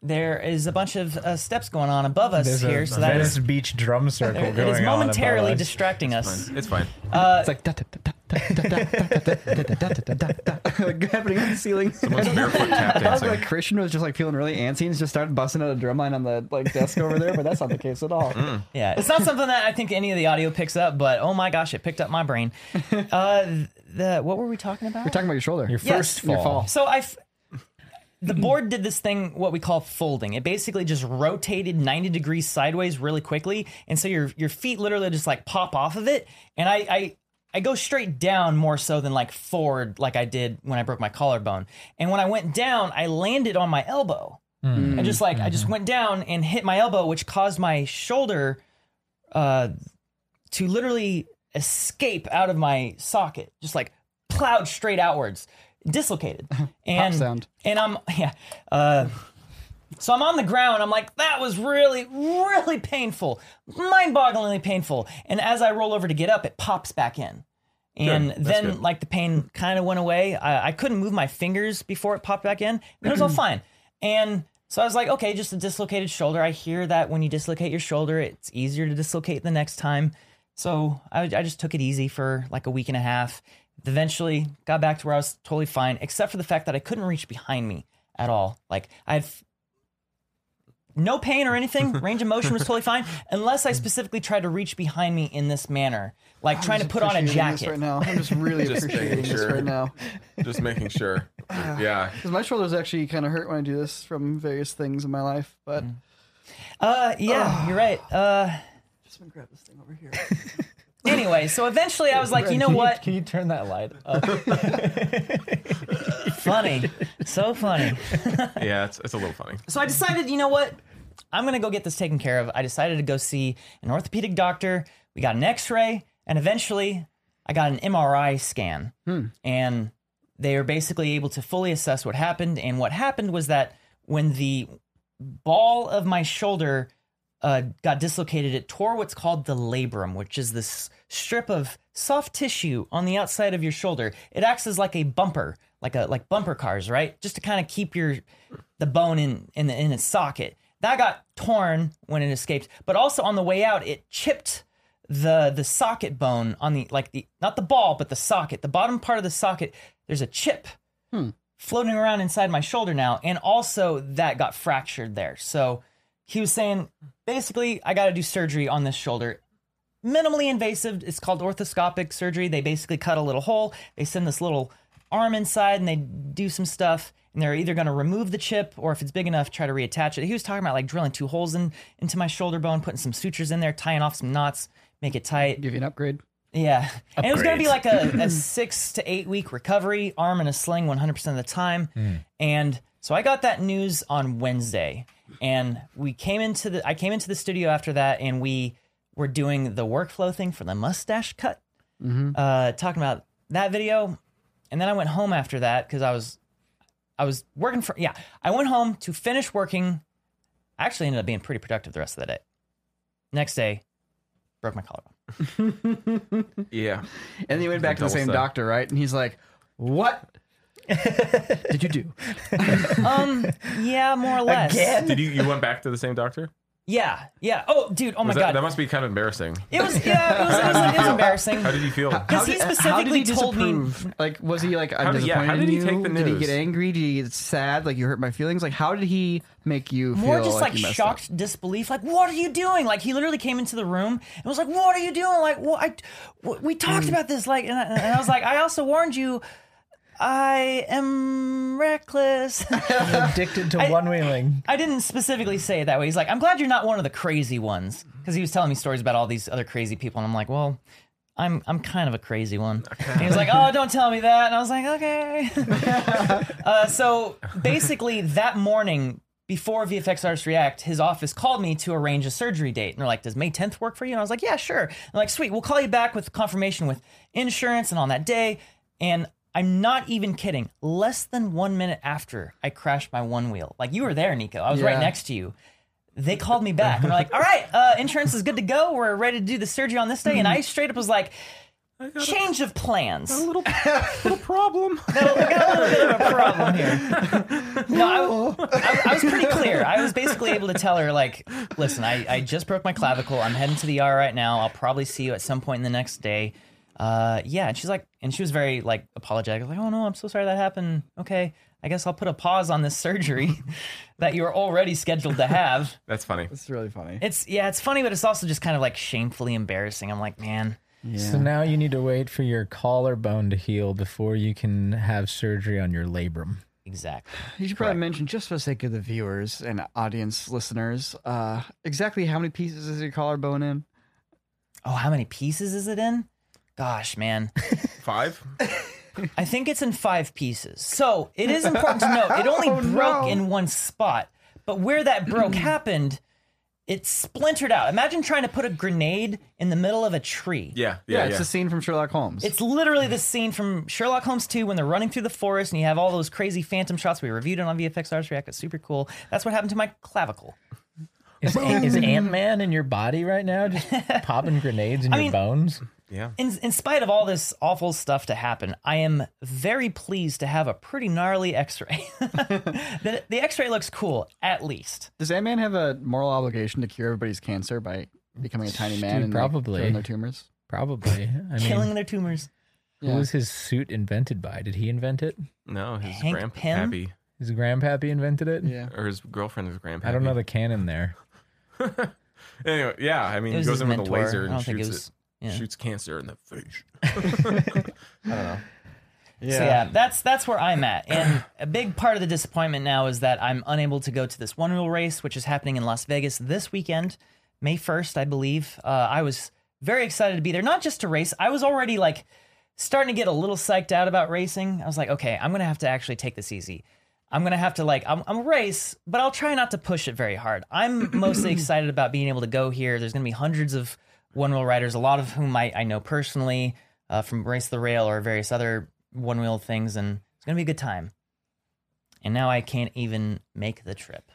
Speaker 4: there is a bunch of uh, steps going on above us
Speaker 2: There's
Speaker 4: here,
Speaker 2: a
Speaker 4: so that
Speaker 2: Venice
Speaker 4: is
Speaker 2: Beach drum circle
Speaker 4: it
Speaker 2: going
Speaker 4: is
Speaker 2: on.
Speaker 4: momentarily
Speaker 2: above us.
Speaker 4: distracting us.
Speaker 3: It's fine.
Speaker 5: It's like da da da da da da da da da da da da like happening on the ceiling.
Speaker 3: Someone's barefoot tap
Speaker 5: I was
Speaker 3: dancing.
Speaker 5: like Christian was just like feeling really antsy and just started busting out a drumline on the like desk over there, but that's not the case at all.
Speaker 4: Yeah, it's not something that I think any of the audio picks up, but oh my gosh, it picked up my brain. Uh, the what were we talking about?
Speaker 5: We're talking about your shoulder.
Speaker 2: Your
Speaker 4: Yes.
Speaker 2: first fall.
Speaker 5: Your fall.
Speaker 4: so I, f- the board did this thing what we call folding. It basically just rotated ninety degrees sideways really quickly, and so your your feet literally just like pop off of it. And I I I go straight down more so than like forward like I did when I broke my collarbone. And when I went down, I landed on my elbow.
Speaker 5: Hmm.
Speaker 4: I just like I
Speaker 5: Mm-hmm.
Speaker 4: just went down and hit my elbow, which caused my shoulder uh, to literally escape out of my socket, just like plowed straight outwards, dislocated. And
Speaker 5: sound.
Speaker 4: and I'm yeah. Uh, so I'm on the ground. I'm like, that was really, really painful, mind-bogglingly painful. And as I roll over to get up, it pops back in. And
Speaker 3: Good, that's
Speaker 4: then,
Speaker 3: good.
Speaker 4: like, the pain kind of went away. I, I couldn't move my fingers before it popped back in. It was all fine. And so I was like, okay, just a dislocated shoulder. I hear that when you dislocate your shoulder, it's easier to dislocate the next time. So I, I just took it easy for like a week and a half. Eventually, got back to where I was totally fine, except for the fact that I couldn't reach behind me at all. Like, I had no pain or anything. Range of motion was totally fine, unless I specifically tried to reach behind me in this manner, like trying to
Speaker 5: I'm just
Speaker 4: put on a
Speaker 5: appreciating this
Speaker 4: jacket.
Speaker 5: right now. I'm just really
Speaker 3: Just
Speaker 5: appreciating
Speaker 3: making
Speaker 5: this
Speaker 3: sure.
Speaker 5: right now
Speaker 3: Just making sure. Yeah.
Speaker 5: because my shoulders actually kind of hurt when I do this from various things in my life. But
Speaker 4: Uh, yeah, you're right. Uh,
Speaker 5: just gonna grab this thing over here.
Speaker 4: anyway, so eventually I was like, you know
Speaker 2: Can
Speaker 4: what?
Speaker 2: Can you turn that light up?
Speaker 4: Funny, so funny.
Speaker 3: Yeah, it's, it's a little funny.
Speaker 4: So I decided, you know what? I'm gonna go get this taken care of. I decided to go see an orthopedic doctor. We got an X-ray, and eventually, I got an MRI scan, and they were basically able to fully assess what happened. And what happened was that when the ball of my shoulder uh, got dislocated, it tore what's called the labrum, which is this strip of soft tissue on the outside of your shoulder. It acts as like a bumper, like a like bumper cars, right? Just to kind of keep your the bone in in the, in its socket. That got torn when it escaped, but also on the way out, it chipped the the socket bone on the like the not the ball but the socket, the bottom part of the socket. There's a chip floating around inside my shoulder now, and also that got fractured there. So he was saying basically, I got to do surgery on this shoulder. Minimally invasive. It's called orthoscopic surgery. They basically cut a little hole. They send this little arm inside and they do some stuff. And they're either going to remove the chip or if it's big enough, try to reattach it. He was talking about like drilling two holes in into my shoulder bone, putting some sutures in there, tying off some knots, make it tight.
Speaker 5: Give you an upgrade.
Speaker 4: Yeah. And it was going to be like
Speaker 2: Upgrades.
Speaker 4: a, a six to eight week recovery, arm in a sling 100% of the time. And so I got that news on Wednesday. And we came into the, I came into the studio after that and we were doing the workflow thing for the mustache cut, uh, talking about that video. And then I went home after that because I was, I was working for, yeah, I went home to finish working. I actually ended up being pretty productive the rest of the day. Next day, broke my collarbone.
Speaker 3: Yeah.
Speaker 5: And then you went back to the
Speaker 3: double
Speaker 5: same
Speaker 3: step.
Speaker 5: doctor, right? And he's like, "What did you do?"
Speaker 4: Um. Yeah, more or less.
Speaker 3: Did you you went back to the same doctor?
Speaker 4: Yeah. Yeah. Oh, dude. Oh my
Speaker 3: Was that,
Speaker 4: god.
Speaker 3: that must be kind of embarrassing.
Speaker 4: it was. Yeah. It was. It was, it was embarrassing.
Speaker 3: How did you feel?
Speaker 4: Because he
Speaker 5: did- uh,
Speaker 4: specifically
Speaker 5: did he
Speaker 4: told me.
Speaker 5: disapprove? Like, was he like, I'm
Speaker 3: How did- yeah,
Speaker 5: disappointed
Speaker 3: how did
Speaker 5: in
Speaker 3: he
Speaker 5: you?
Speaker 3: take the
Speaker 5: Did he
Speaker 3: news?
Speaker 5: get angry? Did he get sad? Like, you hurt my feelings? Like, how did he make you
Speaker 4: More
Speaker 5: feel
Speaker 4: just like,
Speaker 5: you messed up?
Speaker 4: shocked disbelief, like what are you doing? Like he literally came into the room and was like, "What are you doing? Like what? I, what we talked about this. Like, and I, and I was like, I also warned you I am reckless.
Speaker 2: Addicted to
Speaker 4: I-
Speaker 2: one wheeling.
Speaker 4: I didn't specifically say it that way. He's like, I'm glad you're not one of the crazy ones. Because he was telling me stories about all these other crazy people. And I'm like, well, I'm I'm kind of a crazy one. And he was like, oh, don't tell me that. And I was like, okay. uh, so basically, that morning before VFX Artists React, his office called me to arrange a surgery date. And they're like, does May 10th work for you? And I was like, yeah, sure. And they're like, sweet, we'll call you back with confirmation with insurance and on that day. And I'm not even kidding. Less than one minute after I crashed my one wheel, like you were there, Nico. I was right
Speaker 5: Yeah.
Speaker 4: next to you. They called me back and they're like, all right, uh, insurance is good to go. We're ready to do the surgery on this day.
Speaker 3: Hmm.
Speaker 4: And I straight up was like, change of plans.
Speaker 3: Little problem.
Speaker 4: Well, we got a little bit of a problem here. No, I, I- I was pretty clear. I was basically able to tell her, like, listen, I, I just broke my clavicle. I'm heading to the ER right now. I'll probably see you at some point in the next day. Uh, yeah. And she's like, and she was very, like, apologetic. Like, oh, no, I'm so sorry that happened. Okay. I guess I'll put a pause on this surgery that you were already scheduled to have.
Speaker 3: That's funny.
Speaker 5: It's really funny.
Speaker 4: It's, yeah, it's funny, but it's also just kind of like shamefully embarrassing. I'm like, man.
Speaker 2: So now you need to wait for your collarbone to heal before you can have surgery on your labrum.
Speaker 4: Exactly.
Speaker 5: You should probably mention, just for the sake of the viewers and audience listeners, uh, exactly how many pieces is your collarbone in?
Speaker 4: Oh, how many pieces is it in? Gosh, man.
Speaker 3: Five.
Speaker 4: I think it's in five pieces. So it is important to note it only broke in one spot, but where that broke happened, it splintered out. Imagine trying to put a grenade in the middle of a tree.
Speaker 3: Yeah. Yeah.
Speaker 5: it's
Speaker 3: Yeah.
Speaker 5: a scene from Sherlock Holmes.
Speaker 4: It's literally the scene from Sherlock Holmes 2 when they're running through the forest and you have all those crazy phantom shots. We reviewed it on VFX Arts React. It's super cool. That's what happened to my clavicle.
Speaker 2: Is, is Ant Man in your body right now, just popping grenades in your
Speaker 4: mean-
Speaker 2: bones?
Speaker 3: yeah.
Speaker 4: in, in spite of all this awful stuff to happen, I am very pleased to have a pretty gnarly x ray. the, the x ray looks cool, at least.
Speaker 5: Does that man have a moral obligation to cure everybody's cancer by becoming a tiny man
Speaker 2: Dude,
Speaker 5: and like,
Speaker 2: probably.
Speaker 5: curing their tumors?
Speaker 2: Probably. I
Speaker 4: killing
Speaker 2: mean,
Speaker 4: their tumors.
Speaker 2: who was his suit invented by? Did he invent it?
Speaker 3: No, his
Speaker 4: Hank Pym?
Speaker 3: grandpappy
Speaker 2: His grandpappy invented it?
Speaker 5: Yeah.
Speaker 3: or his girlfriend is grandpappy.
Speaker 2: I don't know the canon there.
Speaker 3: Anyway, yeah. I mean,
Speaker 4: It
Speaker 3: he
Speaker 4: was
Speaker 3: goes
Speaker 4: his
Speaker 3: in with a
Speaker 4: mentor.
Speaker 3: laser
Speaker 4: I
Speaker 3: and
Speaker 4: don't think it
Speaker 3: shoots
Speaker 4: was-
Speaker 3: it.
Speaker 4: yeah.
Speaker 3: Shoots cancer in the face.
Speaker 4: So yeah, that's that's where I'm at. And a big part of the disappointment now is that I'm unable to go to this one wheel race, which is happening in Las Vegas this weekend, May 1st, I believe. Uh, I was very excited to be there, not just to race. I was already like starting to get a little psyched out about racing. I was like, okay, I'm gonna have to actually take this easy. I'm gonna have to like I'm, I'm a race, but I'll try not to push it very hard. I'm mostly excited about being able to go here. There's gonna be hundreds of one wheel riders, a lot of whom I, I know personally uh, from Race the Rail or various other one wheel things, and it's gonna be a good time. And now I can't even make the trip.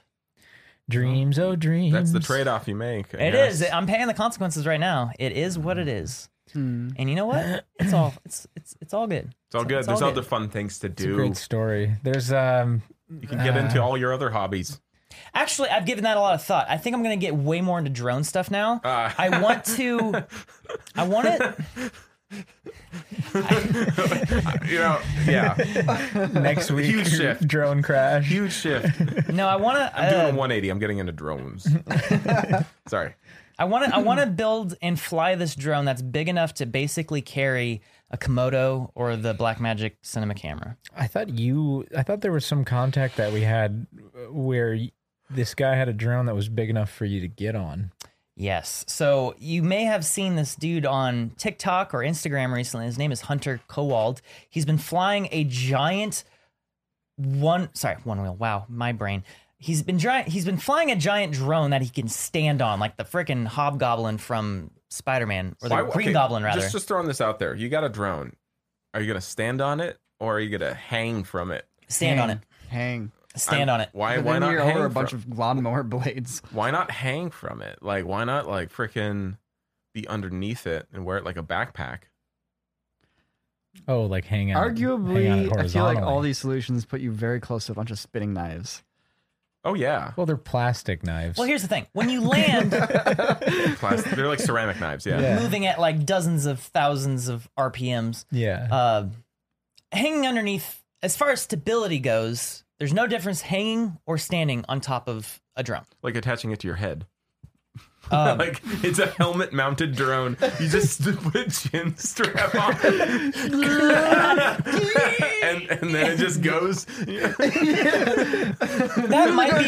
Speaker 2: Dreams, oh dreams.
Speaker 3: That's the trade-off you make. I
Speaker 4: It
Speaker 3: guess.
Speaker 4: is. I'm paying the consequences right now. It is what it is. And you know what? It's all it's it's it's all good.
Speaker 3: Hmm. It's all good.
Speaker 4: It's
Speaker 3: There's other fun things to
Speaker 2: It's a
Speaker 3: do.
Speaker 2: great story. There's um
Speaker 3: You can get into all your other hobbies.
Speaker 4: Actually, I've given that a lot of thought. I think I'm going to get way more into drone stuff now.
Speaker 3: Ah.
Speaker 4: I want to. I want it.
Speaker 3: You know, yeah.
Speaker 2: next week
Speaker 3: Huge shift.
Speaker 2: drone crash.
Speaker 3: Huge shift.
Speaker 4: No, I want to.
Speaker 3: I'm doing
Speaker 4: uh,
Speaker 3: a 180. I'm getting into drones. Sorry.
Speaker 4: I want to. I want to build and fly this drone that's big enough to basically carry a Komodo or the Blackmagic cinema camera.
Speaker 2: I thought you I thought there was some contact that we had where y- this guy had a drone that was big enough for you to get on.
Speaker 4: Yes. So you may have seen this dude on TikTok or Instagram recently. His name is Hunter Kowald. He's been flying a giant one sorry, one wheel. Wow, my brain. He's been giant he's been flying a giant drone that he can stand on, like the freaking hobgoblin from Spider-Man or the
Speaker 3: Why-
Speaker 4: Green
Speaker 3: okay,
Speaker 4: Goblin rather.
Speaker 3: Just, just throwing this out there. You got a drone. Are you gonna stand on it or are you gonna hang from it?
Speaker 4: stand on it.
Speaker 5: Hang.
Speaker 4: Stand on it.
Speaker 3: Why?
Speaker 5: But
Speaker 3: why
Speaker 5: then
Speaker 3: not
Speaker 5: you're
Speaker 3: hang
Speaker 5: over a
Speaker 3: from-
Speaker 5: bunch of lawnmower blades.
Speaker 3: why not hang from it? Like, why not like freaking be underneath it and wear it like a backpack?
Speaker 2: Oh, like hang out. hang out
Speaker 5: Arguably, I feel like
Speaker 2: horizontally.
Speaker 5: all these solutions put you very close to a bunch of spinning knives.
Speaker 3: Oh yeah,
Speaker 2: well, they're plastic knives.
Speaker 4: Well, here's the thing. When you land
Speaker 3: plastic. They're like ceramic knives. Yeah.
Speaker 2: Yeah.
Speaker 4: moving at like dozens of thousands of RPMs,
Speaker 2: yeah.
Speaker 4: uh, hanging underneath, as far as stability goes, there's no difference hanging or standing on top of a drum.
Speaker 3: Like attaching it to your head.
Speaker 4: Um,
Speaker 3: like it's a helmet mounted drone. You just put a chin strap on, and, and then it just goes.
Speaker 4: That might be.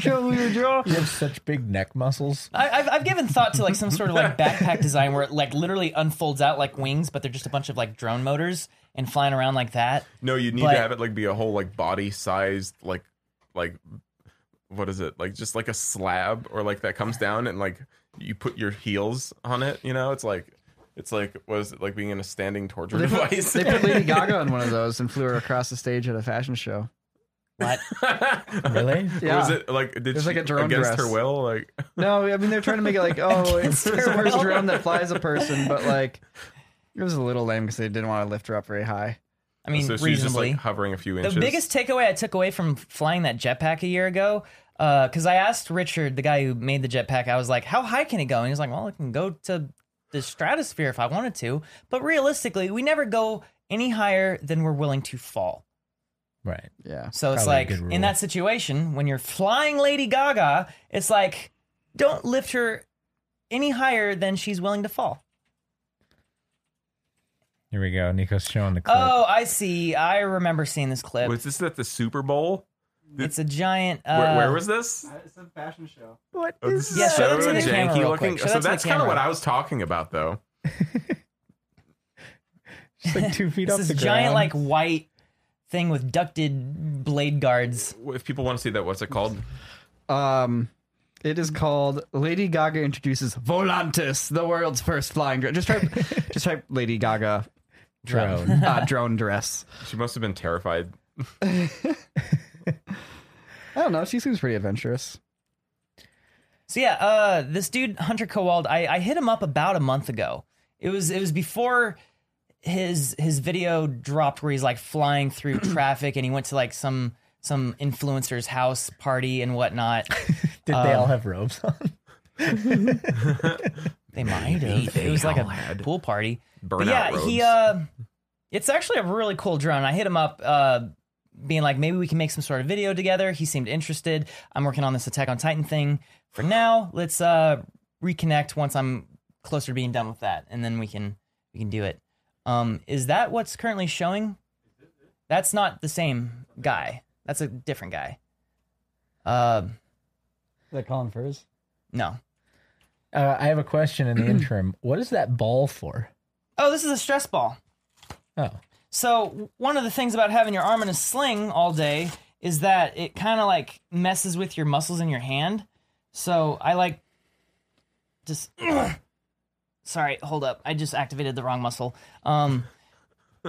Speaker 2: You have such big neck muscles.
Speaker 4: I, I've, I've given thought to like some sort of like backpack design where it like literally unfolds out like wings, but they're just a bunch of like drone motors and flying around like that.
Speaker 3: No, you need
Speaker 4: But-
Speaker 3: to have it like be a whole like body sized like like what is it like just like a slab or like that comes down and like you put your heels on it. You know, it's like it's like what is it like being in a standing torture device?
Speaker 5: They put Lady Gaga on one of those and flew her across the stage at a fashion show.
Speaker 4: But
Speaker 2: Really?
Speaker 5: Yeah.
Speaker 3: Was it like did
Speaker 5: was,
Speaker 3: she
Speaker 5: like, a drone
Speaker 3: against
Speaker 5: dress.
Speaker 3: her will? Like
Speaker 5: No, I mean they're trying to make it like, oh, it's
Speaker 4: their
Speaker 5: it's the first
Speaker 4: will.
Speaker 5: drone that flies a person, but like it was a little lame because they didn't want to lift her up very high.
Speaker 4: I mean,
Speaker 3: so she's just
Speaker 4: reasonably.
Speaker 3: like hovering a few
Speaker 4: the
Speaker 3: inches.
Speaker 4: biggest takeaway I took away from flying that jetpack a year ago, because I asked Richard, the guy who made the jetpack, I was like, "How high can it go?" And he was like, "Well, it can go to the stratosphere if I wanted to, but realistically, we never go any higher than we're willing to fall."
Speaker 2: Right.
Speaker 5: Yeah.
Speaker 4: So it's
Speaker 2: Probably a
Speaker 4: like
Speaker 2: good
Speaker 4: in
Speaker 2: rule.
Speaker 4: that situation, when you're flying Lady Gaga, it's like don't lift her any higher than she's willing to fall.
Speaker 2: Here we go. Nico's showing the clip.
Speaker 4: Oh, I see. I remember seeing this clip.
Speaker 3: was this at the Super Bowl?
Speaker 4: it's a giant. Uh,
Speaker 3: Where, where was this?
Speaker 5: It's a fashion show.
Speaker 3: Oh, this is
Speaker 4: Yeah, show
Speaker 3: so
Speaker 4: that to the camera
Speaker 3: janky
Speaker 4: real
Speaker 3: looking.
Speaker 4: quick. Show that
Speaker 3: so
Speaker 4: to the
Speaker 3: that's kind of
Speaker 4: camera.
Speaker 3: what I was talking about, though.
Speaker 2: It's like two feet
Speaker 4: It's
Speaker 2: off
Speaker 4: this
Speaker 2: the ground.
Speaker 4: giant like white thing with ducted blade guards.
Speaker 3: If people want to see that, what's it called?
Speaker 5: Um, it is called Lady Gaga introduces Volantis, the world's first flying drone. Just type, just type Lady Gaga
Speaker 2: drone.
Speaker 5: uh, drone dress.
Speaker 3: She must have been terrified.
Speaker 5: I don't know. She seems pretty adventurous.
Speaker 4: So yeah, uh, this dude Hunter Kowald, I, I hit him up about a month ago. It was it was before his his video dropped where he's like flying through traffic and he went to like some some influencer's house party and whatnot.
Speaker 2: Did they all have robes on?
Speaker 4: They might have. it was like a pool party. But
Speaker 3: Burnout
Speaker 4: yeah, he
Speaker 3: robes.
Speaker 4: uh it's actually a really cool drone. I hit him up uh being like maybe we can make some sort of video together. He seemed interested. I'm working on this Attack on Titan thing for now. Let's uh reconnect once I'm closer to being done with that and then we can we can do it. Um is that what's currently showing? That's not the same guy. That's a different guy. Uh
Speaker 5: Is that Colin Furs?
Speaker 4: no.
Speaker 2: Uh, I have a question in the interim. What is that ball for?
Speaker 4: Oh, this is a stress ball.
Speaker 2: Oh,
Speaker 4: So one of the things about having your arm in a sling all day is that it kind of like messes with your muscles in your hand. So I like just sorry, hold up. I just activated the wrong muscle. Um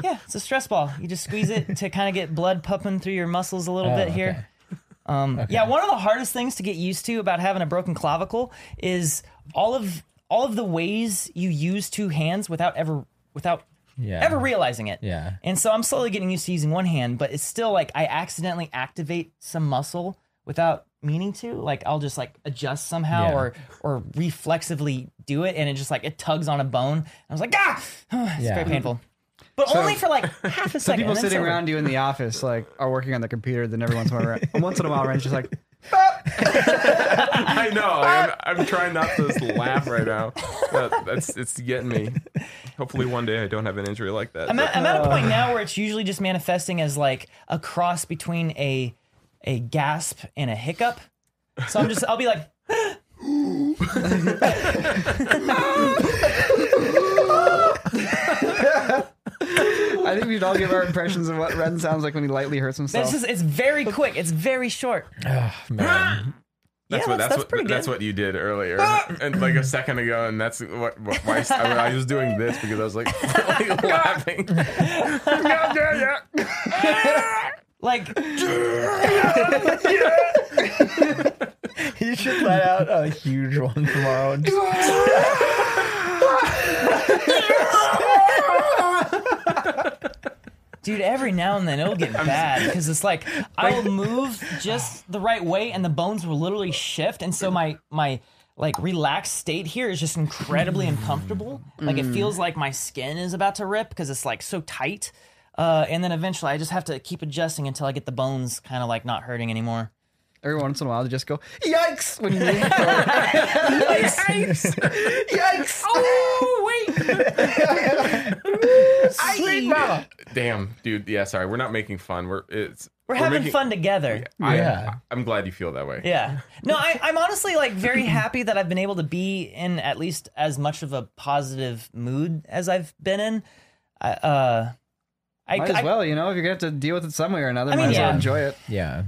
Speaker 4: yeah, it's a stress ball. You just squeeze it to kind of get blood pumping through your muscles a little
Speaker 2: Oh,
Speaker 4: bit here.
Speaker 2: okay.
Speaker 4: Um, Yeah, one of the hardest things to get used to about having a broken clavicle is all of all of the ways you use two hands without ever without
Speaker 2: yeah.
Speaker 4: ever realizing it.
Speaker 2: Yeah.
Speaker 4: And so I'm slowly getting used to using one hand, but it's still like I accidentally activate some muscle without meaning to. Like I'll just like adjust somehow
Speaker 2: Yeah.
Speaker 4: or or reflexively do it, and it just like it tugs on a bone. I was like, ah, it's
Speaker 2: Yeah.
Speaker 4: very painful. But only for like half a second.
Speaker 5: Some people
Speaker 4: and then it's
Speaker 5: sitting
Speaker 4: over.
Speaker 5: around you in the office like are working on the computer. Then every once in a while, once in a while, Ren's just like,
Speaker 3: I know. I'm, I'm trying not to just laugh right now. That, that's it's getting me. Hopefully, one day I don't have an injury like that.
Speaker 4: I'm at, I'm
Speaker 5: Oh.
Speaker 4: at a point now where it's usually just manifesting as like a cross between a a gasp and a hiccup. So I'm just I'll be like,
Speaker 5: I think we'd all give our impressions of what Ren sounds like when he lightly hurts himself.
Speaker 4: this is it's very quick, it's very short.
Speaker 2: Ah, man.
Speaker 4: yeah,
Speaker 3: what
Speaker 4: that's,
Speaker 3: that's,
Speaker 4: that's pretty
Speaker 3: what
Speaker 4: good. Ah!
Speaker 3: that's what you did earlier, and like a second ago, and that's what, what why I, mean, I was doing this because I was like, like laughing. yeah, yeah, yeah.
Speaker 4: like
Speaker 2: you should let out a huge one tomorrow. and just-
Speaker 4: Dude, every now and then it'll get bad because it's like I will move just the right way and the bones will literally shift, and so my my like relaxed state here is just incredibly uncomfortable. Like it feels like my skin is about to rip because it's like so tight, uh, and then eventually I just have to keep adjusting until I get the bones kind of like not hurting anymore.
Speaker 5: every once in a while to just go yikes when you yikes yikes
Speaker 2: Oh wait,
Speaker 3: Damn, dude. Yeah, sorry. We're not making fun. We're it's
Speaker 4: We're having
Speaker 3: making-
Speaker 4: fun together.
Speaker 3: I,
Speaker 2: Yeah.
Speaker 3: I'm glad you feel that way.
Speaker 4: Yeah. No, I, I'm honestly like very happy that I've been able to be in at least as much of a positive mood as I've been in. I, uh, I,
Speaker 5: might
Speaker 4: I-
Speaker 5: as well you know if you're gonna have to deal with it some way or another
Speaker 4: I mean,
Speaker 5: might as well
Speaker 4: yeah.
Speaker 5: enjoy it
Speaker 2: yeah.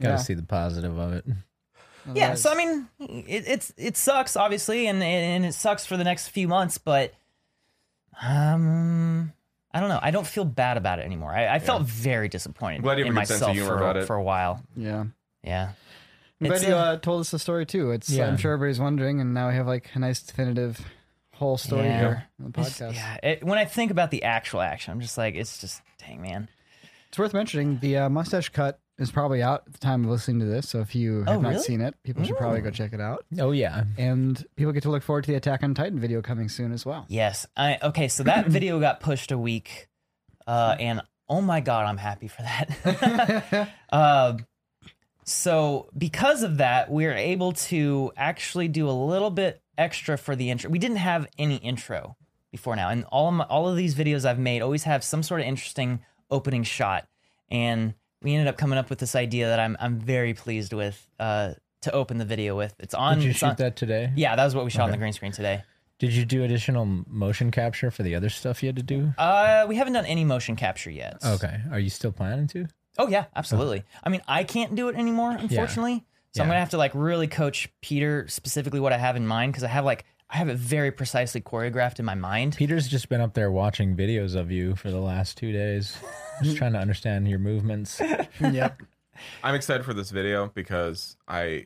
Speaker 2: Got to
Speaker 5: Yeah.
Speaker 2: see the positive of it.
Speaker 4: yeah. So I mean, it, it's it sucks obviously, and and it sucks for the next few months, but um, I don't know. I don't feel bad about it anymore. I, I felt very disappointed
Speaker 3: Glad you have
Speaker 4: in
Speaker 3: a good sense of
Speaker 4: myself
Speaker 3: humor
Speaker 4: for,
Speaker 3: about it.
Speaker 4: for a while.
Speaker 5: yeah
Speaker 4: Yeah.
Speaker 5: I'm
Speaker 4: It's,
Speaker 5: glad you
Speaker 4: uh,
Speaker 5: uh, told us the story too. It's
Speaker 2: Yeah.
Speaker 5: I'm sure everybody's wondering, and now we have like a nice definitive whole story
Speaker 4: Yeah.
Speaker 5: here on the
Speaker 4: It's-
Speaker 5: podcast.
Speaker 4: yeah. It, when I think about the actual action, I'm just like, it's just dang man.
Speaker 5: It's worth mentioning the uh, mustache cut is probably out at the time of listening to this. So if you have
Speaker 4: Oh,
Speaker 5: not
Speaker 4: really?
Speaker 5: seen it, people should probably go check it out.
Speaker 2: Oh yeah.
Speaker 5: And people get to look forward to the Attack on Titan video coming soon as well.
Speaker 4: Yes. I okay, so that video got pushed a week. Uh and oh my god, I'm happy for that. um so because of that, we are able to actually do a little bit extra for the intro. We didn't have any intro before now. And all of my, all of these videos I've made always have some sort of interesting opening shot. And we ended up coming up with this idea that I'm I'm very pleased with uh to open the video with. It's on
Speaker 2: Did you
Speaker 4: it's on-
Speaker 2: shoot that today?
Speaker 4: Yeah, that was what we shot on the green screen today.
Speaker 2: Did you do additional motion capture for the other stuff you had to do?
Speaker 4: Uh, we haven't done any motion capture yet.
Speaker 2: Okay. Are you still planning to?
Speaker 4: Oh yeah, absolutely. I mean, I can't do it anymore, unfortunately. So I'm
Speaker 2: Yeah.
Speaker 4: gonna have to like really coach Peter specifically what I have in mind because I have like I have it very precisely choreographed in my mind.
Speaker 2: Peter's just been up there watching videos of you for the last two days, just trying to understand your movements.
Speaker 5: yep.
Speaker 3: I'm excited for this video because I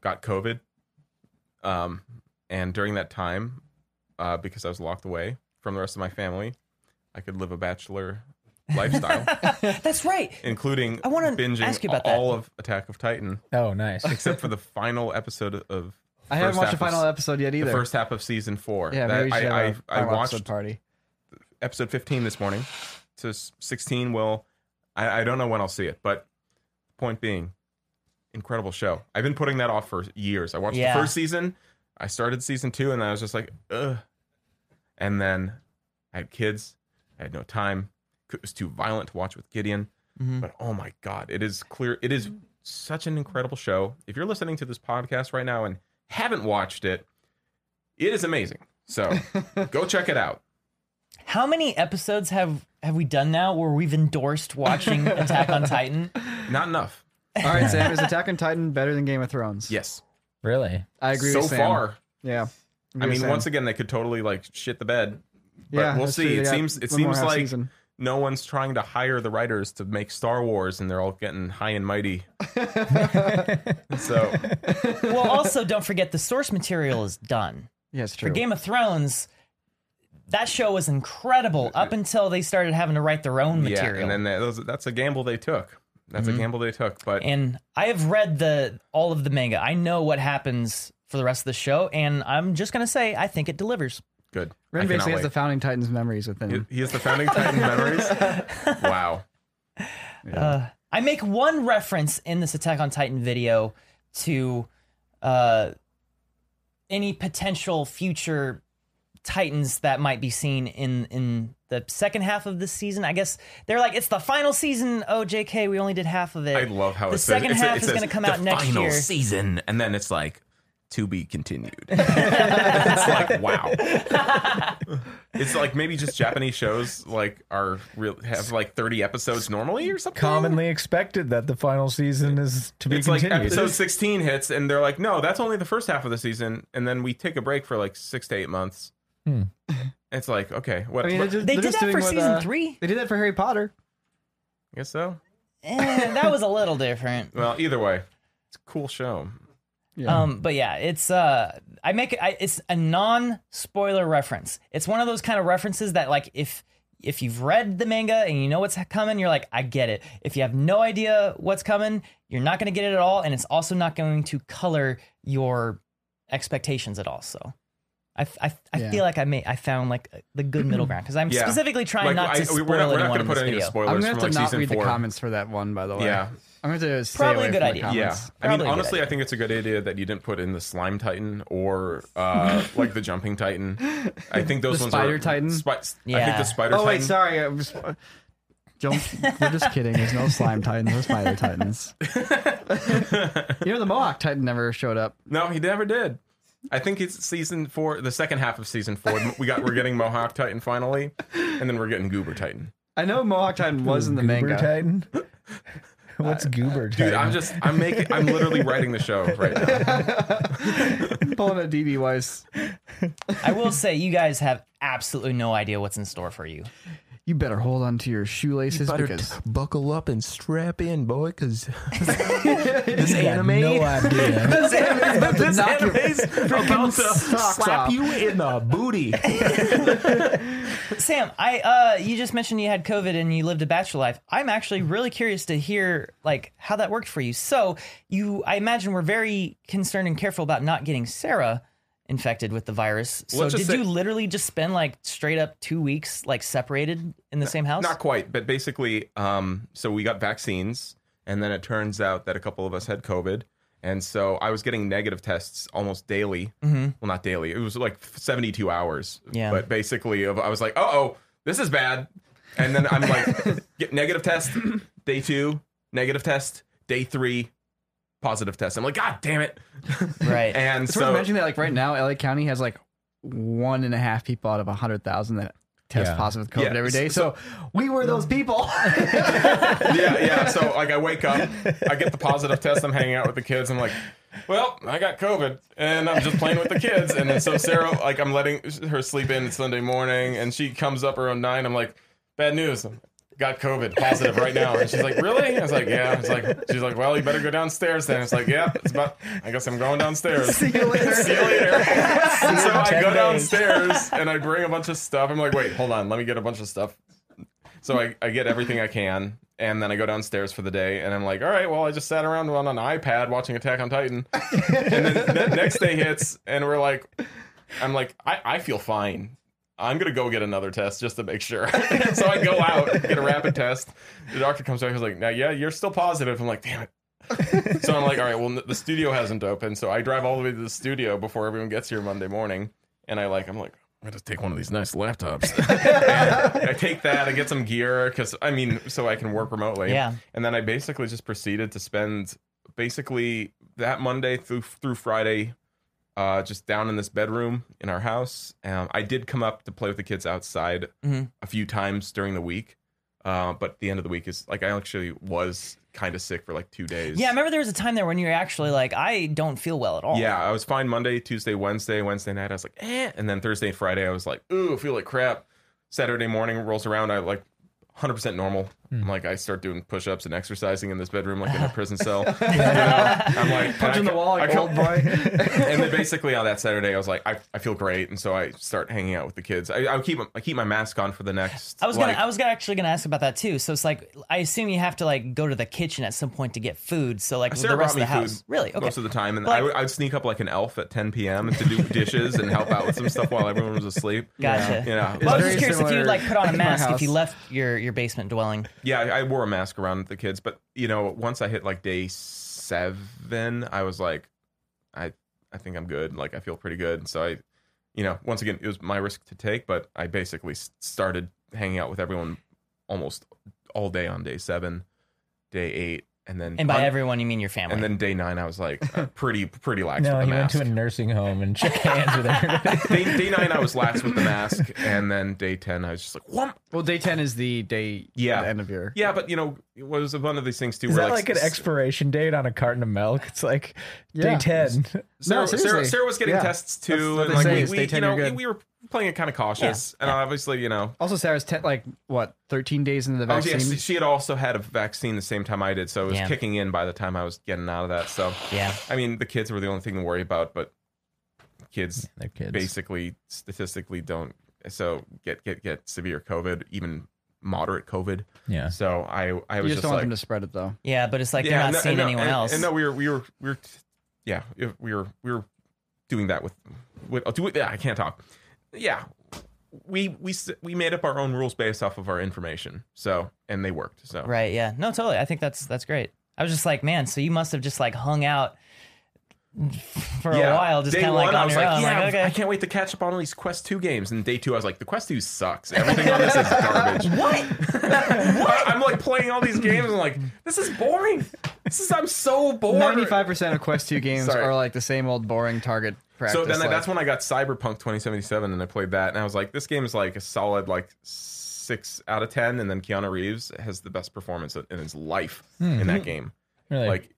Speaker 3: got COVID. Um, and during that time, uh, because I was locked away from the rest of my family, I could live a bachelor lifestyle,
Speaker 4: That's right.
Speaker 3: including
Speaker 4: I wanna
Speaker 3: binging
Speaker 4: ask you about that.
Speaker 3: all of Attack of Titan,
Speaker 2: Oh, nice.
Speaker 3: except for the final episode of.
Speaker 5: I haven't
Speaker 3: first
Speaker 5: watched the
Speaker 3: half
Speaker 5: final
Speaker 3: of,
Speaker 5: episode yet either.
Speaker 3: The first half of season four.
Speaker 5: yeah,
Speaker 3: That-
Speaker 5: maybe we should
Speaker 3: I, I,
Speaker 5: have a
Speaker 3: I
Speaker 5: final
Speaker 3: watched
Speaker 5: episode party.
Speaker 3: episode 15 this morning. So s- 16 will, I, I don't know when I'll see it, but point being, incredible show. I've been putting that off for years. I watched
Speaker 4: Yeah.
Speaker 3: the first season, I started season two, and I was just like, ugh. And then I had kids, I had no time. It was too violent to watch with Gideon. But oh my God, it is clear. It is such an incredible show. If you're listening to this podcast right now and haven't watched it, it is amazing. So go check it out.
Speaker 4: How many episodes have have we done now where we've endorsed watching Attack on Titan?
Speaker 3: Not enough.
Speaker 5: All right, Sam, is Attack on Titan better than Game of Thrones?
Speaker 3: Yes.
Speaker 2: really?
Speaker 5: I agree
Speaker 3: so
Speaker 5: with Sam.
Speaker 3: far.
Speaker 5: Yeah.
Speaker 3: I mean, once again, they could totally like shit the bed. But
Speaker 5: Yeah,
Speaker 3: we'll
Speaker 5: that's
Speaker 3: see.
Speaker 5: true. They
Speaker 3: It
Speaker 5: got
Speaker 3: seems it
Speaker 5: one more
Speaker 3: seems
Speaker 5: half
Speaker 3: like
Speaker 5: season.
Speaker 3: no one's trying to hire the writers to make Star Wars, and they're all getting high and mighty. so
Speaker 4: well, also don't forget the source material is done.
Speaker 5: Yeah, it's true.
Speaker 4: For Game of Thrones, that show was incredible up until they started having to write their own
Speaker 3: yeah,
Speaker 4: material.
Speaker 3: and then that, those, that's a gamble they took. That's
Speaker 5: Mm-hmm.
Speaker 3: a gamble they took. But
Speaker 4: and I have read the all of the manga. I know what happens for the rest of the show, and I'm just gonna say I think it delivers.
Speaker 3: good. I
Speaker 5: Ren
Speaker 3: cannot
Speaker 5: basically has
Speaker 3: wait.
Speaker 5: the founding Titans memories within him.
Speaker 3: he, he has the founding Titan memories. Wow.
Speaker 4: Uh, I make one reference in this Attack on Titan video to uh, any potential future Titans that might be seen in in the second half of this season. I guess they're like it's the final season. Oh, Jk, we only did half of it.
Speaker 3: I love how
Speaker 4: the
Speaker 3: it says
Speaker 4: second
Speaker 3: it's-
Speaker 4: half
Speaker 3: it
Speaker 4: is
Speaker 3: says,
Speaker 4: going to come
Speaker 3: "The
Speaker 4: out next
Speaker 3: final
Speaker 4: year.
Speaker 3: season, and then it's like to be continued. it's like wow. it's like maybe just Japanese shows like are real have like thirty episodes normally or something.
Speaker 2: Commonly expected that the final season is to be
Speaker 3: It's like
Speaker 2: continued.
Speaker 3: episode sixteen hits, and they're like, "No, that's only the first half of the season," and then we take a break for like six to eight months. It's like, okay, what?
Speaker 5: Hmm. I mean,
Speaker 3: what-
Speaker 5: they're just-
Speaker 4: They
Speaker 5: they're
Speaker 4: did
Speaker 5: just
Speaker 4: that
Speaker 5: doing
Speaker 4: for
Speaker 5: what,
Speaker 4: season
Speaker 5: uh,
Speaker 4: three.
Speaker 5: They did that for Harry Potter.
Speaker 3: I guess so.
Speaker 4: Eh, that was a little different.
Speaker 3: Well, either way, it's a cool show.
Speaker 4: Um, but yeah, it's uh, I make it. I, it's a non-spoiler reference. It's one of those kind of references that, like, if if you've read the manga and you know what's coming, you're like, I get it. If you have no idea what's coming, you're not going to get it at all, and it's also not going to color your expectations at all. So I, f- I f- I
Speaker 5: Yeah.
Speaker 4: feel like I may I found like the good middle ground because I'm
Speaker 3: Yeah.
Speaker 4: specifically trying
Speaker 3: Like,
Speaker 4: not
Speaker 3: I-
Speaker 4: to
Speaker 3: we're
Speaker 4: spoil
Speaker 3: not, we're not
Speaker 4: anyone
Speaker 3: gonna
Speaker 4: in
Speaker 3: put
Speaker 4: this
Speaker 3: any
Speaker 4: video.
Speaker 3: spoilers
Speaker 5: I'm gonna have
Speaker 3: from
Speaker 5: to
Speaker 3: like
Speaker 5: not
Speaker 3: season
Speaker 5: read
Speaker 3: four.
Speaker 5: the comments for that one, by the way.
Speaker 3: Yeah.
Speaker 5: I'm going to stay
Speaker 4: Probably
Speaker 5: away
Speaker 4: a good
Speaker 5: from
Speaker 4: idea.
Speaker 5: The
Speaker 3: Yeah,
Speaker 5: comments.
Speaker 3: I mean,
Speaker 4: Probably a good
Speaker 3: honestly, I
Speaker 4: idea.
Speaker 3: think it's a good idea that you didn't put in the slime titan or uh, like the jumping titan. I think those
Speaker 5: The
Speaker 3: ones
Speaker 5: spider
Speaker 3: are,
Speaker 5: titan?
Speaker 3: Spi- I think
Speaker 4: Yeah.
Speaker 3: the spider
Speaker 5: Oh
Speaker 3: titan.
Speaker 5: wait, sorry. I was, uh, don't. We're just kidding. There's no slime titans. No spider titans. you know the Mohawk Titan never showed up.
Speaker 3: No, he never did. I think it's season four, the second half of season four. We got we're getting Mohawk Titan finally, and then we're getting Goober Titan.
Speaker 5: I know Mohawk Titan was in the
Speaker 2: Goober
Speaker 5: manga.
Speaker 2: Titan. What's Goober Titan?
Speaker 3: Dude, I'm just I'm making I'm literally writing the show right now.
Speaker 5: Pulling a DB Weiss.
Speaker 4: I will say you guys have absolutely no idea what's in store for you.
Speaker 5: You better hold on to your shoelaces because
Speaker 3: buckle up and strap in, boy, because
Speaker 2: this
Speaker 3: anime?
Speaker 2: No idea.
Speaker 5: this knock your
Speaker 3: about to
Speaker 5: socks off.
Speaker 3: in the booty.
Speaker 4: Sam, I uh, you just mentioned you had COVID and you lived a bachelor life. I'm actually
Speaker 3: Mm-hmm.
Speaker 4: really curious to hear like how that worked for you. So you, I imagine, were very concerned and careful about not getting Sarah infected with the virus. So
Speaker 3: Let's
Speaker 4: did
Speaker 3: just say-
Speaker 4: you literally just spend like straight up two weeks like separated in the same house?
Speaker 3: Not quite, but basically, um, so we got vaccines, and then it turns out that a couple of us had COVID, and so I was getting negative tests almost daily.
Speaker 5: Mm-hmm.
Speaker 3: Well, not daily; it was like seventy-two hours.
Speaker 4: Yeah.
Speaker 3: But basically, of- I was like, "Uh oh, this is bad," and then I'm like, "Get negative test day two, negative test day three, positive test." I'm like, "God damn it!"
Speaker 4: right.
Speaker 3: And
Speaker 5: it's
Speaker 3: so
Speaker 5: worth mentioning that like right now, LA County has like one and a half people out of a hundred thousand that test
Speaker 2: Yeah.
Speaker 5: positive with COVID
Speaker 3: Yeah.
Speaker 5: every day. So, we were those people.
Speaker 3: yeah, yeah. So like I wake up, I get the positive test, I'm hanging out with the kids, I'm like, well, I got COVID and I'm just playing with the kids. And then so Sarah, like I'm letting her sleep in Sunday morning and she comes up around nine. I'm like, bad news. Got COVID positive right now. And she's like, Really? I was like, Yeah. I was like, She's like, Well, you better go downstairs then. It's like, Yeah, it's about, I guess I'm going downstairs. See you later. See you later. And so I go downstairs and I bring a bunch of stuff. I'm like, Wait, hold on. Let me get a bunch of stuff so I, I get everything I can, and then I go downstairs for the day, and I'm like, all right, well, I just sat around on an iPad watching Attack on Titan. and then the next day hits, and we're like, I'm like, I, I feel fine. I'm gonna go get another test just to make sure. so I go out, get a rapid test. The doctor comes back, he's like, now, yeah, you're still positive. I'm like, damn it. so I'm like, all right, well, the studio hasn't opened, so I drive all the way to the studio before everyone gets here Monday morning, and I like, I'm like. I'm gonna take one of these nice laptops. And I take that. I get some gear because I mean, so I can work remotely.
Speaker 4: Yeah.
Speaker 3: And then I basically just proceeded to spend basically that Monday through through Friday, uh, just down in this bedroom in our house. Um, I did come up to play with the kids outside
Speaker 4: Mhm.
Speaker 3: a few times during the week, uh, but the end of the week is like I actually was kind of sick for like two days.
Speaker 4: Yeah, I remember there was a time there when you were actually like, I don't feel well at all.
Speaker 3: Yeah, I was fine Monday, Tuesday, Wednesday. Wednesday night, I was like, eh. And then Thursday, and Friday, I was like, ooh, I feel like crap. Saturday morning rolls around, I like 100% normal.
Speaker 4: Hmm.
Speaker 3: I'm like, I start doing push ups and exercising in this bedroom, like in a prison cell. You know? I'm like,
Speaker 5: Punching
Speaker 3: and I
Speaker 5: the
Speaker 3: co-
Speaker 5: wall,
Speaker 3: I
Speaker 5: like
Speaker 3: co-
Speaker 5: old boy.
Speaker 3: and then basically on that Saturday, I was like, I, I feel great. And so I start hanging out with the kids. I, I keep I keep my mask on for the next.
Speaker 4: I was gonna,
Speaker 3: like-
Speaker 4: I was gonna actually gonna ask about that too. So it's like, I assume you have to like go to the kitchen at some point to get food. So like
Speaker 3: Sarah
Speaker 4: the rest
Speaker 3: brought
Speaker 4: of
Speaker 3: me
Speaker 4: the
Speaker 3: food
Speaker 4: house, really? Okay.
Speaker 3: most of the time, and
Speaker 4: Like-
Speaker 3: I would, I'd sneak up like an elf at 10 p.m. to do dishes and help out with some stuff while everyone was asleep.
Speaker 4: Gotcha.
Speaker 3: You know,
Speaker 4: Well, I was
Speaker 5: very
Speaker 4: just curious if
Speaker 5: similar
Speaker 4: you like put on a
Speaker 5: in my
Speaker 4: mask if you
Speaker 5: house.
Speaker 4: left your, your basement dwelling.
Speaker 3: Yeah, I I wore a mask around the kids, but you know, once I hit like day seven, I was like, I I think I'm good. Like I feel pretty good. And so I, you know, once again, it was my risk to take, but I basically s- started hanging out with everyone almost all day on day seven, day eight, and then
Speaker 4: And by
Speaker 3: on-
Speaker 4: everyone, you mean your family.
Speaker 3: and then day nine, I was like uh, pretty pretty lax
Speaker 2: no,
Speaker 3: with
Speaker 2: he
Speaker 3: the
Speaker 2: went
Speaker 3: mask.
Speaker 2: to a nursing home and shook hands with everybody.
Speaker 3: day, day nine, I was lax with the mask, and then day ten, I was just like, whoop.
Speaker 5: well, day ten is the day.
Speaker 3: Yeah.
Speaker 5: The end of your.
Speaker 3: Yeah, but you know, it was one of these things too.
Speaker 2: Is
Speaker 3: where
Speaker 2: that like an
Speaker 3: s-
Speaker 2: expiration date on a carton of milk? It's like
Speaker 5: Yeah.
Speaker 2: day ten.
Speaker 3: Sarah,
Speaker 5: No,
Speaker 3: Sarah,
Speaker 5: seriously.
Speaker 3: Sarah was getting
Speaker 5: Yeah.
Speaker 3: tests
Speaker 5: That's
Speaker 3: too,
Speaker 5: what
Speaker 3: and
Speaker 5: they
Speaker 3: like
Speaker 5: say
Speaker 3: we,
Speaker 5: is
Speaker 3: we
Speaker 5: they
Speaker 3: you
Speaker 5: tend
Speaker 3: know
Speaker 5: you're
Speaker 3: we,
Speaker 5: good.
Speaker 3: we were playing it kind of cautious, and obviously you know,
Speaker 5: Also, Sarah's te- like what thirteen days into the
Speaker 3: oh, yeah,
Speaker 5: vaccine.
Speaker 3: she, she had also had a vaccine the same time I did, so it was
Speaker 4: Yeah.
Speaker 3: kicking in by the time I was getting out of that. So
Speaker 4: yeah,
Speaker 3: I mean, the kids were the only thing to worry about, but kids
Speaker 2: They're kids.
Speaker 3: basically statistically don't so get get get severe COVID, even moderate COVID.
Speaker 2: Yeah.
Speaker 3: So I I
Speaker 5: you
Speaker 3: was
Speaker 5: just,
Speaker 3: just
Speaker 5: don't want
Speaker 3: like
Speaker 5: them to spread it though.
Speaker 4: yeah, but it's like you're not
Speaker 3: no,
Speaker 4: seeing
Speaker 3: no,
Speaker 4: anyone
Speaker 3: and-
Speaker 4: else.
Speaker 3: And no, we were we were we were, yeah, we were we were doing that with with oh, do it, yeah, I can't talk. Yeah, we we s- we made up our own rules based off of our information. So and they worked. So
Speaker 4: Right. Yeah. No, totally. I think that's that's great. I was just like, man, so you must have just like hung out for
Speaker 3: Yeah.
Speaker 4: a while, just
Speaker 3: Day
Speaker 4: kind of like
Speaker 3: one,
Speaker 4: on
Speaker 3: I was
Speaker 4: your
Speaker 3: like,
Speaker 4: own.
Speaker 3: yeah,
Speaker 4: like, okay.
Speaker 3: I can't wait to catch up on all these Quest Two games. And day two, I was like, the Quest Two sucks. Everything on this is garbage. what? I'm like playing all these games. and I'm like, this is boring. This is I'm so bored.
Speaker 5: Ninety-five percent of Quest Two games
Speaker 3: Sorry.
Speaker 5: are like the same old boring target practice.
Speaker 3: So then
Speaker 5: like,
Speaker 3: that's when I got Cyberpunk 2077 and I played that and I was like, this game is like a solid like six out of ten. And then Keanu Reeves has the best performance in his life in that game.
Speaker 2: Really?
Speaker 3: Like,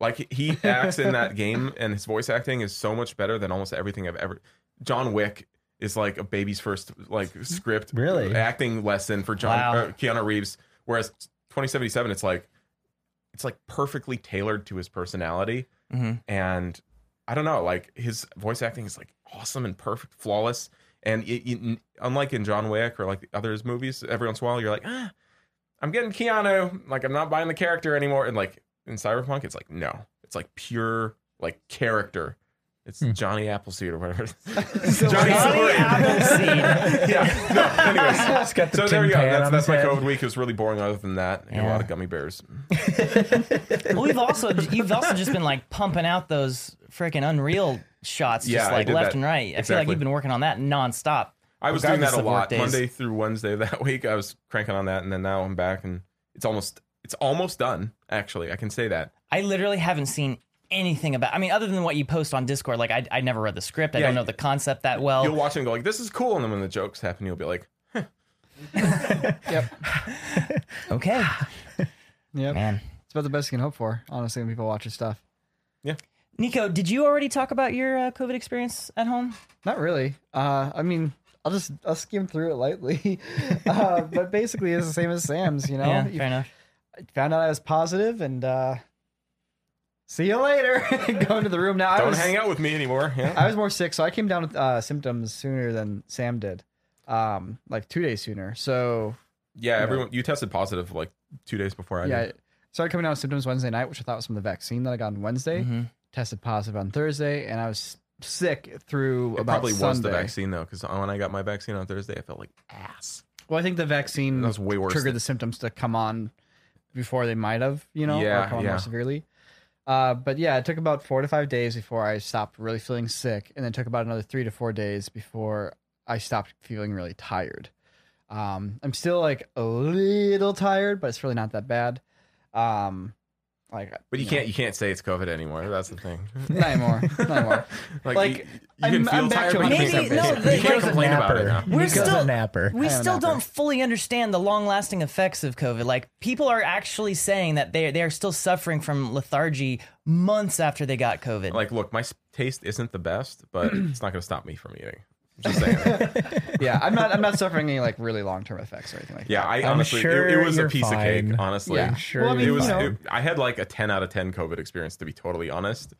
Speaker 3: like he acts in that game and his voice acting is so much better than almost everything I've ever. John Wick is like a baby's first like script
Speaker 2: Really?
Speaker 3: acting lesson for John
Speaker 4: Wow.
Speaker 3: uh, Keanu Reeves, whereas 2077 it's like it's like perfectly tailored to his personality
Speaker 4: Mhm.
Speaker 3: and I don't know, like his voice acting is like awesome and perfect, flawless. And it, it- unlike in John Wick or like the others movies, every once in a while you're like, ah, I'm getting Keanu, like I'm not buying the character anymore. And like in Cyberpunk, it's like no, it's like pure like character. It's Johnny Appleseed or whatever. Johnny
Speaker 4: Johnny
Speaker 3: Appleseed.
Speaker 4: Appleseed.
Speaker 3: yeah. No, anyways.
Speaker 2: It's got the
Speaker 3: So
Speaker 2: tin
Speaker 3: there you go.
Speaker 2: pan
Speaker 3: That's,
Speaker 2: on
Speaker 3: that's
Speaker 2: his
Speaker 3: my
Speaker 2: head.
Speaker 3: COVID week. It was really boring. Other than that, I had a
Speaker 4: Yeah.
Speaker 3: lot of gummy bears.
Speaker 4: Well, we've also you've also just been like pumping out those freaking unreal shots,
Speaker 3: Yeah,
Speaker 4: just
Speaker 3: I
Speaker 4: like
Speaker 3: did
Speaker 4: left
Speaker 3: that.
Speaker 4: and right. I feel like
Speaker 3: Exactly.
Speaker 4: you've been working on that nonstop.
Speaker 3: I was doing that
Speaker 4: regardless
Speaker 3: a
Speaker 4: of
Speaker 3: lot
Speaker 4: workdays.
Speaker 3: Monday through Wednesday that week. I was cranking on that, and then now I'm back, and it's almost it's almost done. Actually, I can say that.
Speaker 4: I literally haven't seen anything about. I mean, other than what you post on Discord, like I, I never read the script. I
Speaker 3: Yeah,
Speaker 4: don't know
Speaker 3: you-
Speaker 4: the concept that
Speaker 5: Oh.
Speaker 4: well.
Speaker 3: You'll watch it and go like, "This is cool," and then when the jokes happen, you'll be like,
Speaker 4: Okay,
Speaker 5: yep.
Speaker 4: man.
Speaker 5: it's about the best you can hope for, honestly, when people watch your stuff.
Speaker 4: Nico, did you already talk about your uh, COVID experience at home?
Speaker 5: Not really. Uh, I mean, I'll just I'll skim through it lightly, uh, but basically it's the same as Sam's. You know,
Speaker 4: yeah,
Speaker 5: You
Speaker 4: fair enough.
Speaker 5: found out I was positive, and uh, see you later. Go into the room now. I
Speaker 3: "Don't
Speaker 5: was,
Speaker 3: hang out with me anymore." Yeah.
Speaker 5: I was more sick, so I came down with uh, symptoms sooner than Sam did, um, like two days sooner. So
Speaker 3: yeah, everyone. You tested positive like two days before I
Speaker 5: yeah,
Speaker 3: did.
Speaker 5: I started coming down with symptoms Wednesday night, which I thought was from the vaccine that I got on Wednesday.
Speaker 3: Mm-hmm.
Speaker 5: Tested positive on Thursday, and I was sick through
Speaker 3: It
Speaker 5: about
Speaker 3: probably
Speaker 5: Sunday.
Speaker 3: was the vaccine though, because when I got my vaccine on Thursday, I felt like ass.
Speaker 5: Well, I think the vaccine
Speaker 3: That was way worse.
Speaker 5: triggered the symptoms to come on before they might have, you know, or
Speaker 3: Yeah,
Speaker 5: come on
Speaker 3: yeah.
Speaker 5: more severely. Uh, but yeah, it took about four to five days before I stopped really feeling sick, and then took about another three to four days before I stopped feeling really tired. Um, I'm still like a little tired, but it's really not that bad. Um, like,
Speaker 3: But you can't you can't say it's COVID anymore. That's the thing.
Speaker 5: not anymore, not anymore.
Speaker 3: Like,
Speaker 5: Like,
Speaker 3: you, you
Speaker 5: I'm-
Speaker 3: can feel
Speaker 5: I'm back
Speaker 3: tired,
Speaker 5: to
Speaker 3: but you
Speaker 4: my
Speaker 3: can't,
Speaker 4: Maybe- no,
Speaker 3: you
Speaker 4: they-
Speaker 3: can't
Speaker 4: Nico's a
Speaker 3: complain about it now.
Speaker 4: We're
Speaker 2: Nico's
Speaker 4: still-
Speaker 2: a napper.
Speaker 4: We
Speaker 5: I am
Speaker 4: still
Speaker 5: not
Speaker 4: don't fully understand the long-lasting effects of COVID. Like people are actually saying that they they are still suffering from lethargy months after they got COVID.
Speaker 3: Like, look, my s- taste isn't the best, but it's not going to stop me from eating. Just saying.
Speaker 5: yeah, I'm not, I'm not suffering any like really long term effects or anything like
Speaker 3: Yeah, I
Speaker 2: I'm
Speaker 3: honestly, it-
Speaker 2: sure
Speaker 3: it, was a
Speaker 2: you're
Speaker 3: piece of
Speaker 2: fine.
Speaker 3: cake. Honestly,
Speaker 5: Yeah. I'm
Speaker 2: sure
Speaker 5: Well,
Speaker 2: you're
Speaker 5: I mean,
Speaker 3: it was.
Speaker 5: you know,
Speaker 3: it- I had like a ten out of ten COVID experience. To be totally honest,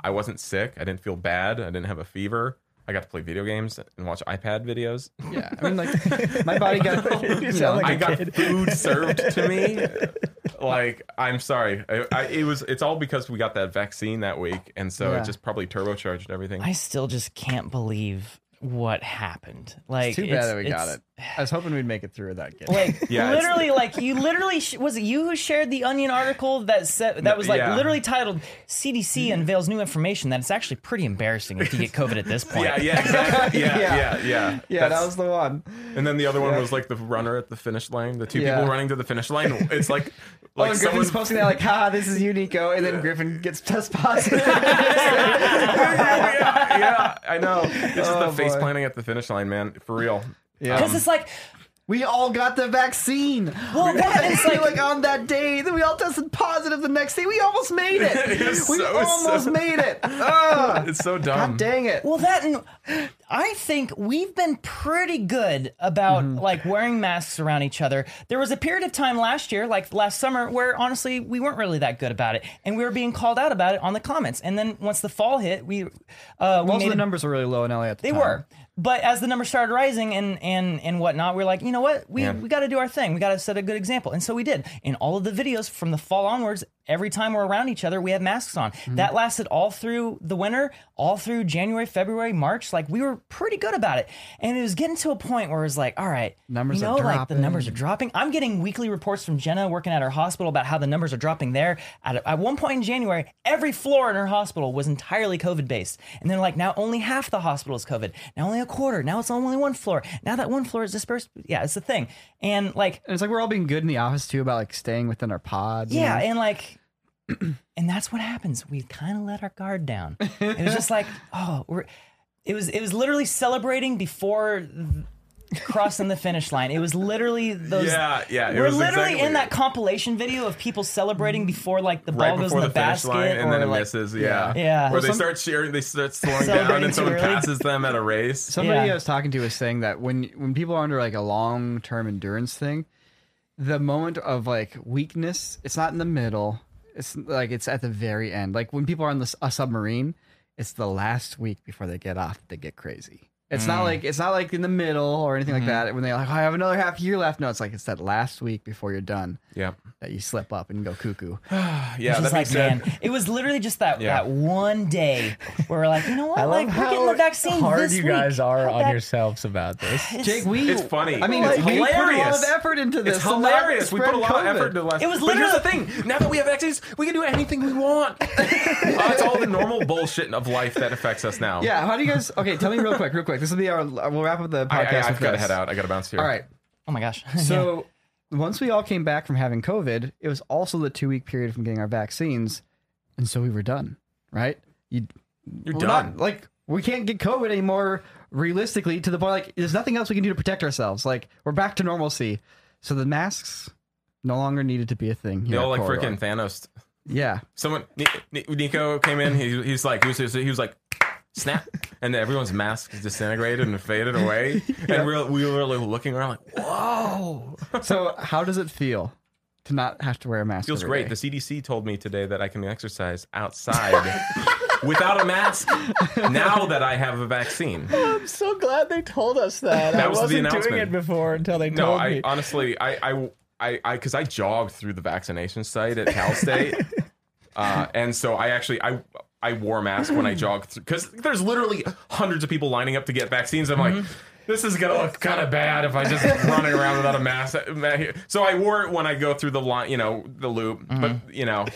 Speaker 3: I wasn't sick. I didn't feel bad. I didn't have a fever. I got to play video games and watch iPad videos.
Speaker 5: yeah. I mean, like my body got, you
Speaker 2: sound
Speaker 5: know,
Speaker 2: like a
Speaker 3: I got food served to me. Like, I'm sorry. I, I, it was. It's all because we got that vaccine that week, and so
Speaker 5: Yeah.
Speaker 3: it just probably turbocharged everything.
Speaker 4: I still just can't believe what happened. Like
Speaker 5: It's too bad that we got it. I was hoping we'd make it through that game.
Speaker 4: Like
Speaker 3: Yeah, it's-
Speaker 4: literally, like you literally sh- was it you who shared the Onion article that said that was like
Speaker 3: yeah.
Speaker 4: literally titled "CDC unveils new information that it's actually pretty embarrassing if you get COVID at this point."
Speaker 3: yeah, yeah, exactly. Yeah,
Speaker 5: Yeah.
Speaker 3: yeah, yeah. yeah.
Speaker 5: yeah, that
Speaker 3: That's-
Speaker 5: was the one.
Speaker 3: And then the other one was like the runner at the finish line. The two
Speaker 5: Yeah.
Speaker 3: people running to the finish line. It's like
Speaker 5: Like
Speaker 3: like
Speaker 5: Griffin's
Speaker 3: someone's
Speaker 5: posting that like, "Ha, this is you, Nico," and then Griffin gets test positive.
Speaker 3: yeah, yeah, I know. This
Speaker 5: Oh,
Speaker 3: is the face
Speaker 5: boy.
Speaker 3: planting at the finish line, man. For real. Um,
Speaker 5: Yeah.
Speaker 4: Because it's like,
Speaker 5: we all got the vaccine.
Speaker 4: well, that is
Speaker 5: It's like, on that day, then we all tested positive the next day. We almost made it.
Speaker 3: It is
Speaker 5: we
Speaker 3: so
Speaker 5: almost
Speaker 3: sad.
Speaker 5: made it. Ah,
Speaker 3: It's so dumb.
Speaker 5: God dang it.
Speaker 4: Well, that and I think we've been pretty good about
Speaker 3: Mm-hmm.
Speaker 4: like wearing masks around each other. There was a period of time last year, like last summer, where honestly we weren't really that good about it, and we were being called out about it on the comments. And then once the fall hit, we uh, we
Speaker 5: Most
Speaker 4: made
Speaker 5: of the
Speaker 4: a
Speaker 5: numbers were really low in LA at the
Speaker 4: they
Speaker 5: time.
Speaker 4: were. But as the numbers started rising and and and whatnot, we are like, you know what? We we got to do our thing. We got to set a good example, and so we did. In all of the videos from the fall onwards, every time we're around each other, we have masks on. That lasted all through the winter, all through January, February, March. Like we were pretty good about it, and it was getting to a point where it was like, all right,
Speaker 5: Numbers
Speaker 4: you
Speaker 5: are
Speaker 4: know, like the
Speaker 5: dropping.
Speaker 4: numbers are dropping. I'm getting weekly reports from Jenna working at her hospital about how the numbers are dropping there. At, at one point in January, every floor in her hospital was entirely COVID based. And then, like, now only half the hospital is COVID. Now only a quarter. Now it's only one floor. Now that one floor is dispersed. Yeah, it's the thing. And, like,
Speaker 5: And it's like we're all being good in the office too about like staying within our pod. you
Speaker 4: yeah,
Speaker 5: know?
Speaker 4: and like, and that's what happens. We kind of let our guard down. It was just like, oh, we're. It was it was literally celebrating before crossing the finish line. It was literally those.
Speaker 3: Yeah, yeah, it
Speaker 4: we're
Speaker 3: was
Speaker 4: literally
Speaker 3: exactly-
Speaker 4: in that compilation video of people celebrating before like the ball
Speaker 3: right
Speaker 4: goes
Speaker 3: before
Speaker 4: in
Speaker 3: the,
Speaker 4: the,
Speaker 3: finish
Speaker 4: basket
Speaker 3: line and
Speaker 4: or
Speaker 3: then it
Speaker 4: like,
Speaker 3: misses. Yeah,
Speaker 4: Yeah.
Speaker 3: Or
Speaker 4: Well,
Speaker 3: they
Speaker 5: some-
Speaker 3: start cheering, they start slowing down,
Speaker 4: Celebrating
Speaker 3: and
Speaker 4: too
Speaker 3: someone
Speaker 4: early.
Speaker 3: passes them at a race.
Speaker 5: Somebody
Speaker 4: Yeah.
Speaker 5: I was talking to was saying that when when people are under like a long term endurance thing, the moment of like weakness, it's not in the middle. It's like it's at the very end. Like when people are on this a submarine, it's the last week before they get off. They get crazy. It's
Speaker 3: Mm.
Speaker 5: not like it's not like in the middle or anything
Speaker 3: Mm-hmm.
Speaker 5: like that. When they're like, oh, I have another half year left. No, it's like it's that last week before you're done
Speaker 3: Yeah,
Speaker 5: that you slip up and go cuckoo.
Speaker 3: yeah.
Speaker 4: Just
Speaker 3: That
Speaker 4: like
Speaker 3: makes sense.
Speaker 4: man, it was literally just that
Speaker 3: Yeah.
Speaker 4: that one day where we're like, you know what,
Speaker 2: I love
Speaker 4: like we're getting
Speaker 2: how
Speaker 4: the vaccine
Speaker 2: hard
Speaker 4: this
Speaker 2: you
Speaker 4: week.
Speaker 2: guys are
Speaker 4: How
Speaker 2: on
Speaker 4: bad-
Speaker 2: yourselves about this.
Speaker 4: It's-
Speaker 5: Jake, we
Speaker 3: It's funny.
Speaker 5: I mean,
Speaker 3: It's
Speaker 5: we put a lot
Speaker 3: hilarious.
Speaker 5: of effort into this.
Speaker 3: It's
Speaker 5: to not
Speaker 3: hilarious. We put a
Speaker 5: spread
Speaker 3: lot of
Speaker 5: COVID.
Speaker 3: effort to the last.
Speaker 4: It was
Speaker 3: but here's the thing: now that we have vaccines, we can do anything we want. Uh, it's all the normal bullshit of life that affects us now.
Speaker 5: Yeah, how do you guys? Okay, tell me real quick, real quick. This will be our. We'll wrap up the podcast.
Speaker 3: I, I,
Speaker 5: with
Speaker 3: I've got to
Speaker 5: this.
Speaker 3: head out. I got to bounce here.
Speaker 5: All right.
Speaker 4: Oh my gosh.
Speaker 5: So once we all came back from having COVID, it was also the two week period from getting our vaccines, and so we were done. Right? You,
Speaker 3: you're
Speaker 5: we're
Speaker 3: done.
Speaker 5: Not, like we can't get COVID anymore. Realistically, to the point like there's nothing else we can do to protect ourselves. Like we're back to normalcy, so the masks no longer needed to be a thing.
Speaker 3: they
Speaker 5: here
Speaker 3: all
Speaker 5: at
Speaker 3: like
Speaker 5: Corridor.
Speaker 3: freaking Thanos.
Speaker 5: yeah.
Speaker 3: Someone, Ni- Ni- Nico came in. He, he's like, he was, he was like, snap, and everyone's mask disintegrated and faded away. And we were, we were like looking around, like, whoa,
Speaker 5: So how does it feel to not have to wear a mask?
Speaker 3: feels
Speaker 5: every
Speaker 3: great.
Speaker 5: day?
Speaker 3: The CDC told me today that I can exercise outside without a mask. Now that I have a vaccine,
Speaker 2: I'm so glad they told us that.
Speaker 3: That was the announcement.
Speaker 2: before until they
Speaker 3: no, I honestly, I, I, I, I, because I jogged through the vaccination site at Cal State, uh, and so I actually, I. I wore a mask when I jogged because there's literally hundreds of people lining up to get vaccines. I'm like, this is gonna look kind of bad if I just running around without a mask. So I wore it when I go through the line, you know, the loop. But you know,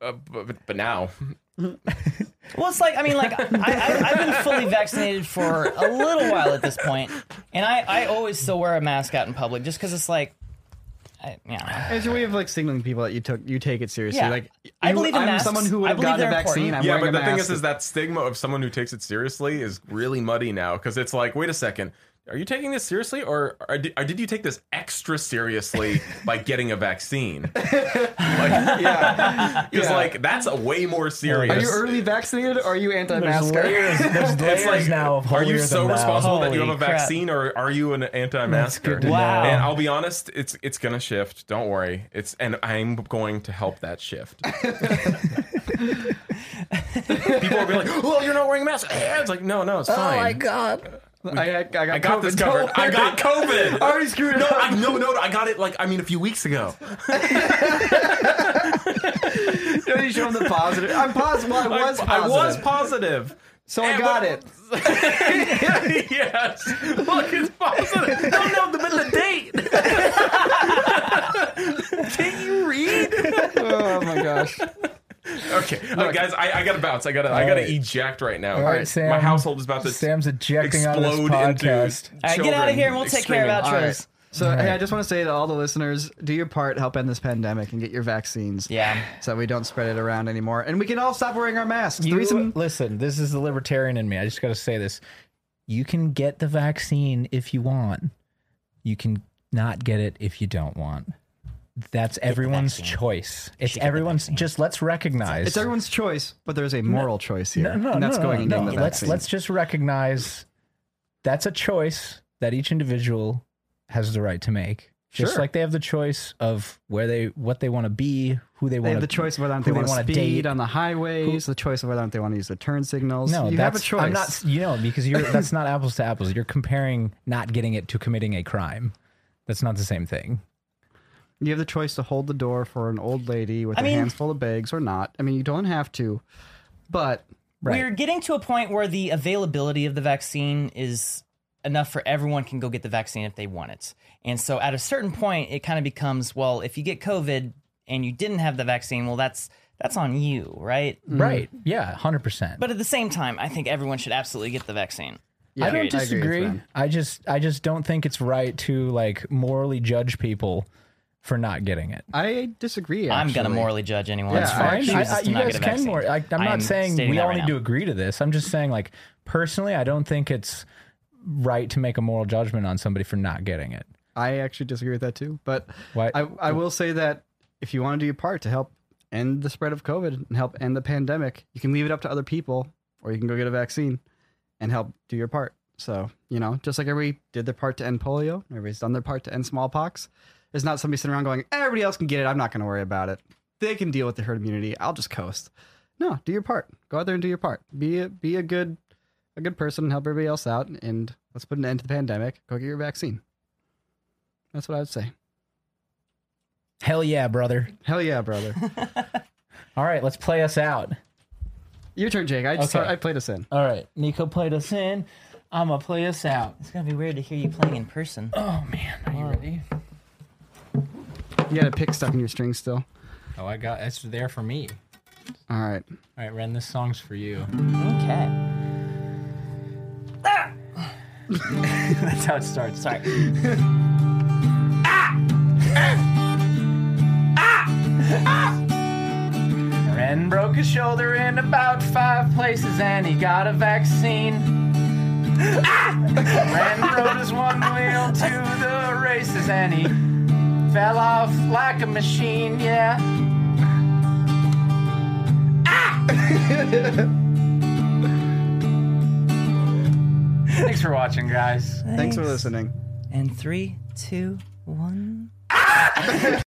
Speaker 3: uh, but, but now
Speaker 4: Well, it's like I mean, like I, I, I've been fully vaccinated for a little while at this point, and I, I always still wear a mask out in public just because it's like, I, yeah,
Speaker 5: It's your way of like signaling to people that you took you take it seriously.
Speaker 4: Yeah.
Speaker 5: Like
Speaker 4: I
Speaker 5: you-
Speaker 4: believe in
Speaker 5: I'm
Speaker 4: masks.
Speaker 5: someone who would
Speaker 4: I
Speaker 5: have
Speaker 4: believe
Speaker 5: gotten a
Speaker 4: they're
Speaker 5: vaccine.
Speaker 4: important.
Speaker 5: I'm
Speaker 3: yeah,
Speaker 5: wearing
Speaker 3: but
Speaker 5: a
Speaker 3: the thing
Speaker 5: mask.
Speaker 3: is, is that stigma of someone who takes it seriously is really muddy now because it's like, wait a second, are you taking this seriously, or, or, did, or did you take this extra seriously by getting a vaccine? like,
Speaker 5: yeah.
Speaker 3: because
Speaker 5: Yeah.
Speaker 3: like that's a way more
Speaker 5: are
Speaker 3: serious.
Speaker 5: you early vaccinated or are you
Speaker 2: there's
Speaker 5: anti-masker?
Speaker 2: layers, there's layers
Speaker 3: it's like
Speaker 2: now of
Speaker 3: are you
Speaker 2: holier than
Speaker 3: so
Speaker 2: thou.
Speaker 3: responsible that you have
Speaker 4: Holy
Speaker 3: a
Speaker 4: crap.
Speaker 3: vaccine, or are you an anti-masker?
Speaker 5: good to
Speaker 4: Wow. know.
Speaker 3: And I'll be honest, it's it's gonna shift. Don't worry. It's and I'm going to help that shift. People will be like, "Oh, you're not wearing a mask." It's like, no, no, it's fine.
Speaker 5: Oh god. I, I got,
Speaker 3: I got
Speaker 5: COVID.
Speaker 3: this covered.
Speaker 5: Don't
Speaker 3: I
Speaker 5: worry.
Speaker 3: got COVID.
Speaker 5: I already screwed
Speaker 3: no,
Speaker 5: up.
Speaker 3: I, no, no, I got it. Like, I mean, a few weeks ago.
Speaker 5: Don't you show them the positive. I'm positive. Well, I was
Speaker 3: I,
Speaker 5: positive.
Speaker 3: was positive.
Speaker 5: so I
Speaker 3: And
Speaker 5: got
Speaker 3: what-
Speaker 5: it.
Speaker 3: yes. Look, it's positive. No, no, the middle of the date. Can you read?
Speaker 5: Oh my gosh.
Speaker 3: Okay, uh, guys, I, I gotta bounce. I gotta, I gotta eject right now.
Speaker 2: All right, Sam.
Speaker 3: My household is about to
Speaker 2: Sam's ejecting on this
Speaker 3: explode into.
Speaker 2: podcast.
Speaker 4: All right, get out
Speaker 3: children
Speaker 4: of here and we'll take care of
Speaker 3: screaming.
Speaker 4: outros.
Speaker 5: All right. So hey, I just want to say to all the listeners, do your part, help end this pandemic, and get your vaccines.
Speaker 4: Yeah.
Speaker 5: So that we don't spread it aaround anymore, and we can all stop wearing our masks.
Speaker 2: You,
Speaker 5: the reason
Speaker 2: listen, this is the libertarian in me. I just got to say this. You can get the vaccine if you want. You can not get it if you don't want. That's everyone's
Speaker 4: vaccine.
Speaker 2: choice. It's
Speaker 4: should get the
Speaker 2: everyone's.
Speaker 4: vaccine.
Speaker 2: Just let's recognize.
Speaker 5: It's everyone's choice, but there's a moral choice here,
Speaker 2: no, no,
Speaker 5: and that's
Speaker 2: no,
Speaker 5: going
Speaker 2: no,
Speaker 5: and getting
Speaker 2: no.
Speaker 5: the
Speaker 2: Let's
Speaker 5: vaccine.
Speaker 2: let's just recognize that's a choice that each individual has the right to make. Just
Speaker 5: Sure.
Speaker 2: like they have the choice of where they what they want to be, who they
Speaker 5: They
Speaker 2: want
Speaker 5: have
Speaker 2: to
Speaker 5: the choice of whether or not
Speaker 2: who
Speaker 5: they
Speaker 2: they
Speaker 5: want to
Speaker 2: wanna
Speaker 5: speed
Speaker 2: date.
Speaker 5: on the highways, the choice of whether or not they want to use the turn signals.
Speaker 2: No,
Speaker 5: you have
Speaker 2: that's
Speaker 5: a choice.
Speaker 2: I'm not you know because you're that's not apples to apples. You're comparing not getting it to committing a crime. That's not the same thing.
Speaker 5: You have the choice to hold the door for an old lady with
Speaker 4: I
Speaker 5: her
Speaker 4: mean-
Speaker 5: hands full of bags or not. I mean, you don't have to, but
Speaker 2: Right.
Speaker 4: We're getting to a point where the availability of the vaccine is enough for everyone can go get the vaccine if they want it. And so at a certain point it kind of becomes, well, if you get COVID and you didn't have the vaccine, well that's that's on you, right?
Speaker 5: Mm-hmm.
Speaker 2: Right. Yeah, 100%.
Speaker 4: But at the same time, I think everyone should absolutely get the vaccine.
Speaker 5: yeah,
Speaker 2: I don't
Speaker 5: agree with
Speaker 2: disagree.
Speaker 5: them.
Speaker 2: I just I just don't think it's right to like morally judge people for not getting it.
Speaker 5: I disagree.
Speaker 4: I'm gonna
Speaker 5: actually.
Speaker 4: morally judge anyone.
Speaker 5: That's
Speaker 4: who
Speaker 5: fine.
Speaker 2: I-
Speaker 4: chooses
Speaker 2: I-
Speaker 4: to
Speaker 2: you
Speaker 4: not get
Speaker 2: guys
Speaker 4: a
Speaker 2: can
Speaker 4: vaccine.
Speaker 2: more. I, I'm
Speaker 4: I
Speaker 2: not
Speaker 4: am
Speaker 2: saying
Speaker 4: stating
Speaker 2: we
Speaker 4: that
Speaker 2: all
Speaker 4: right
Speaker 2: need
Speaker 4: now.
Speaker 2: to agree to this. I'm just saying, like personally, I don't think it's right to make a moral judgment on somebody for not getting it.
Speaker 5: I actually disagree with that too. But
Speaker 2: Why-
Speaker 5: I, I will say that if you want to do your part to help end the spread of COVID and help end the pandemic, you can leave it up to other people or you can go get a vaccine and help do your part. So, you know, just like everybody did their part to end polio, everybody's done their part to end smallpox. There's not somebody sitting around going, everybody else can get it. I'm not going to worry about it. They can deal with the herd immunity. I'll just coast. No, do your part. Go out there and do your part. Be a, be a good a good person and help everybody else out. And let's put an end to the pandemic. Go get your vaccine. That's what I would say.
Speaker 2: Hell yeah, brother!
Speaker 5: Hell yeah, brother.
Speaker 2: All right, let's play us out.
Speaker 5: Your turn, Jake. I just
Speaker 2: Okay.
Speaker 5: I played us in.
Speaker 2: All right, Nico played us in. I'm gonna play us out.
Speaker 4: It's gonna be weird to hear you playing in person.
Speaker 2: Oh man, are you ready?
Speaker 5: You got a pick stuck in your string still.
Speaker 2: Oh, I got it's there for me.
Speaker 5: All right.
Speaker 2: All right, Ren, this song's for you.
Speaker 4: Okay.
Speaker 2: That's how it starts.
Speaker 4: Sorry.
Speaker 2: Ren broke his shoulder in about five places and he got a vaccine. Ren rode his one wheel to the races and he fell off like a machine, yeah. Ah! Thanks for watching, guys.
Speaker 5: Thanks for listening.
Speaker 4: And three, two, one.